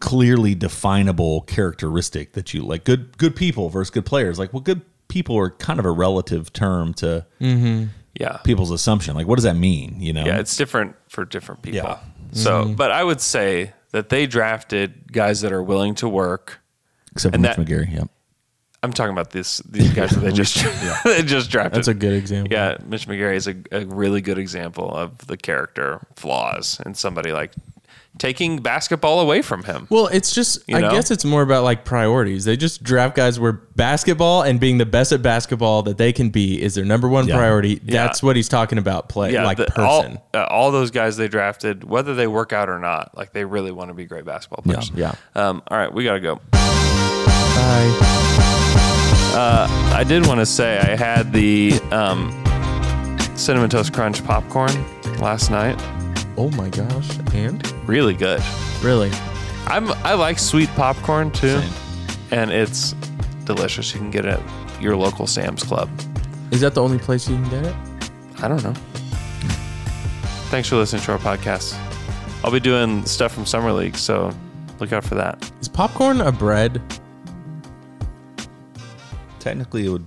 Speaker 5: clearly definable characteristic that you like good good people versus good players. Like, well, good people are kind of a relative term to
Speaker 4: Mhm.
Speaker 1: yeah
Speaker 5: people's assumption. Like, what does that mean? You know?
Speaker 4: Um,
Speaker 1: Yeah, it's different for different people.
Speaker 5: Yeah.
Speaker 1: So,
Speaker 4: Mm-hmm.
Speaker 5: Mhm.
Speaker 1: but I would say that they drafted guys that are willing to work.
Speaker 5: Except for
Speaker 1: and
Speaker 5: Mitch
Speaker 1: that-
Speaker 5: McGarry. Yep.
Speaker 1: I'm talking about this these guys that they just they just drafted.
Speaker 4: That's a good example.
Speaker 1: Yeah, Mitch McGarry is a, a really good example of the character flaws and somebody like taking basketball away from him.
Speaker 4: Well, it's just
Speaker 1: You
Speaker 4: I
Speaker 1: know?
Speaker 4: guess it's more about like priorities. They just draft guys where basketball and being the best at basketball that they can be is their number one
Speaker 1: Yeah.
Speaker 4: priority.
Speaker 1: Yeah.
Speaker 4: That's what he's talking about. Play like
Speaker 1: the-
Speaker 4: person.
Speaker 1: All, uh, all those guys they drafted, whether they work out or not, like they really want to be great basketball players.
Speaker 4: Yeah,
Speaker 1: Um, all right, we gotta go.
Speaker 4: Bye.
Speaker 1: Uh, I did want to say I had the um, cinnamon toast crunch popcorn last night.
Speaker 4: Oh my gosh! And
Speaker 1: Really good.
Speaker 4: really,
Speaker 1: I'm I like sweet popcorn too, and it's delicious. You can get it at your local Sam's Club.
Speaker 4: is that the only place you can get it?
Speaker 1: I don't know. Thanks for listening to our podcast. I'll be doing stuff from Summer League, so look out for that.
Speaker 4: Is popcorn a bread?
Speaker 5: Technically, it would.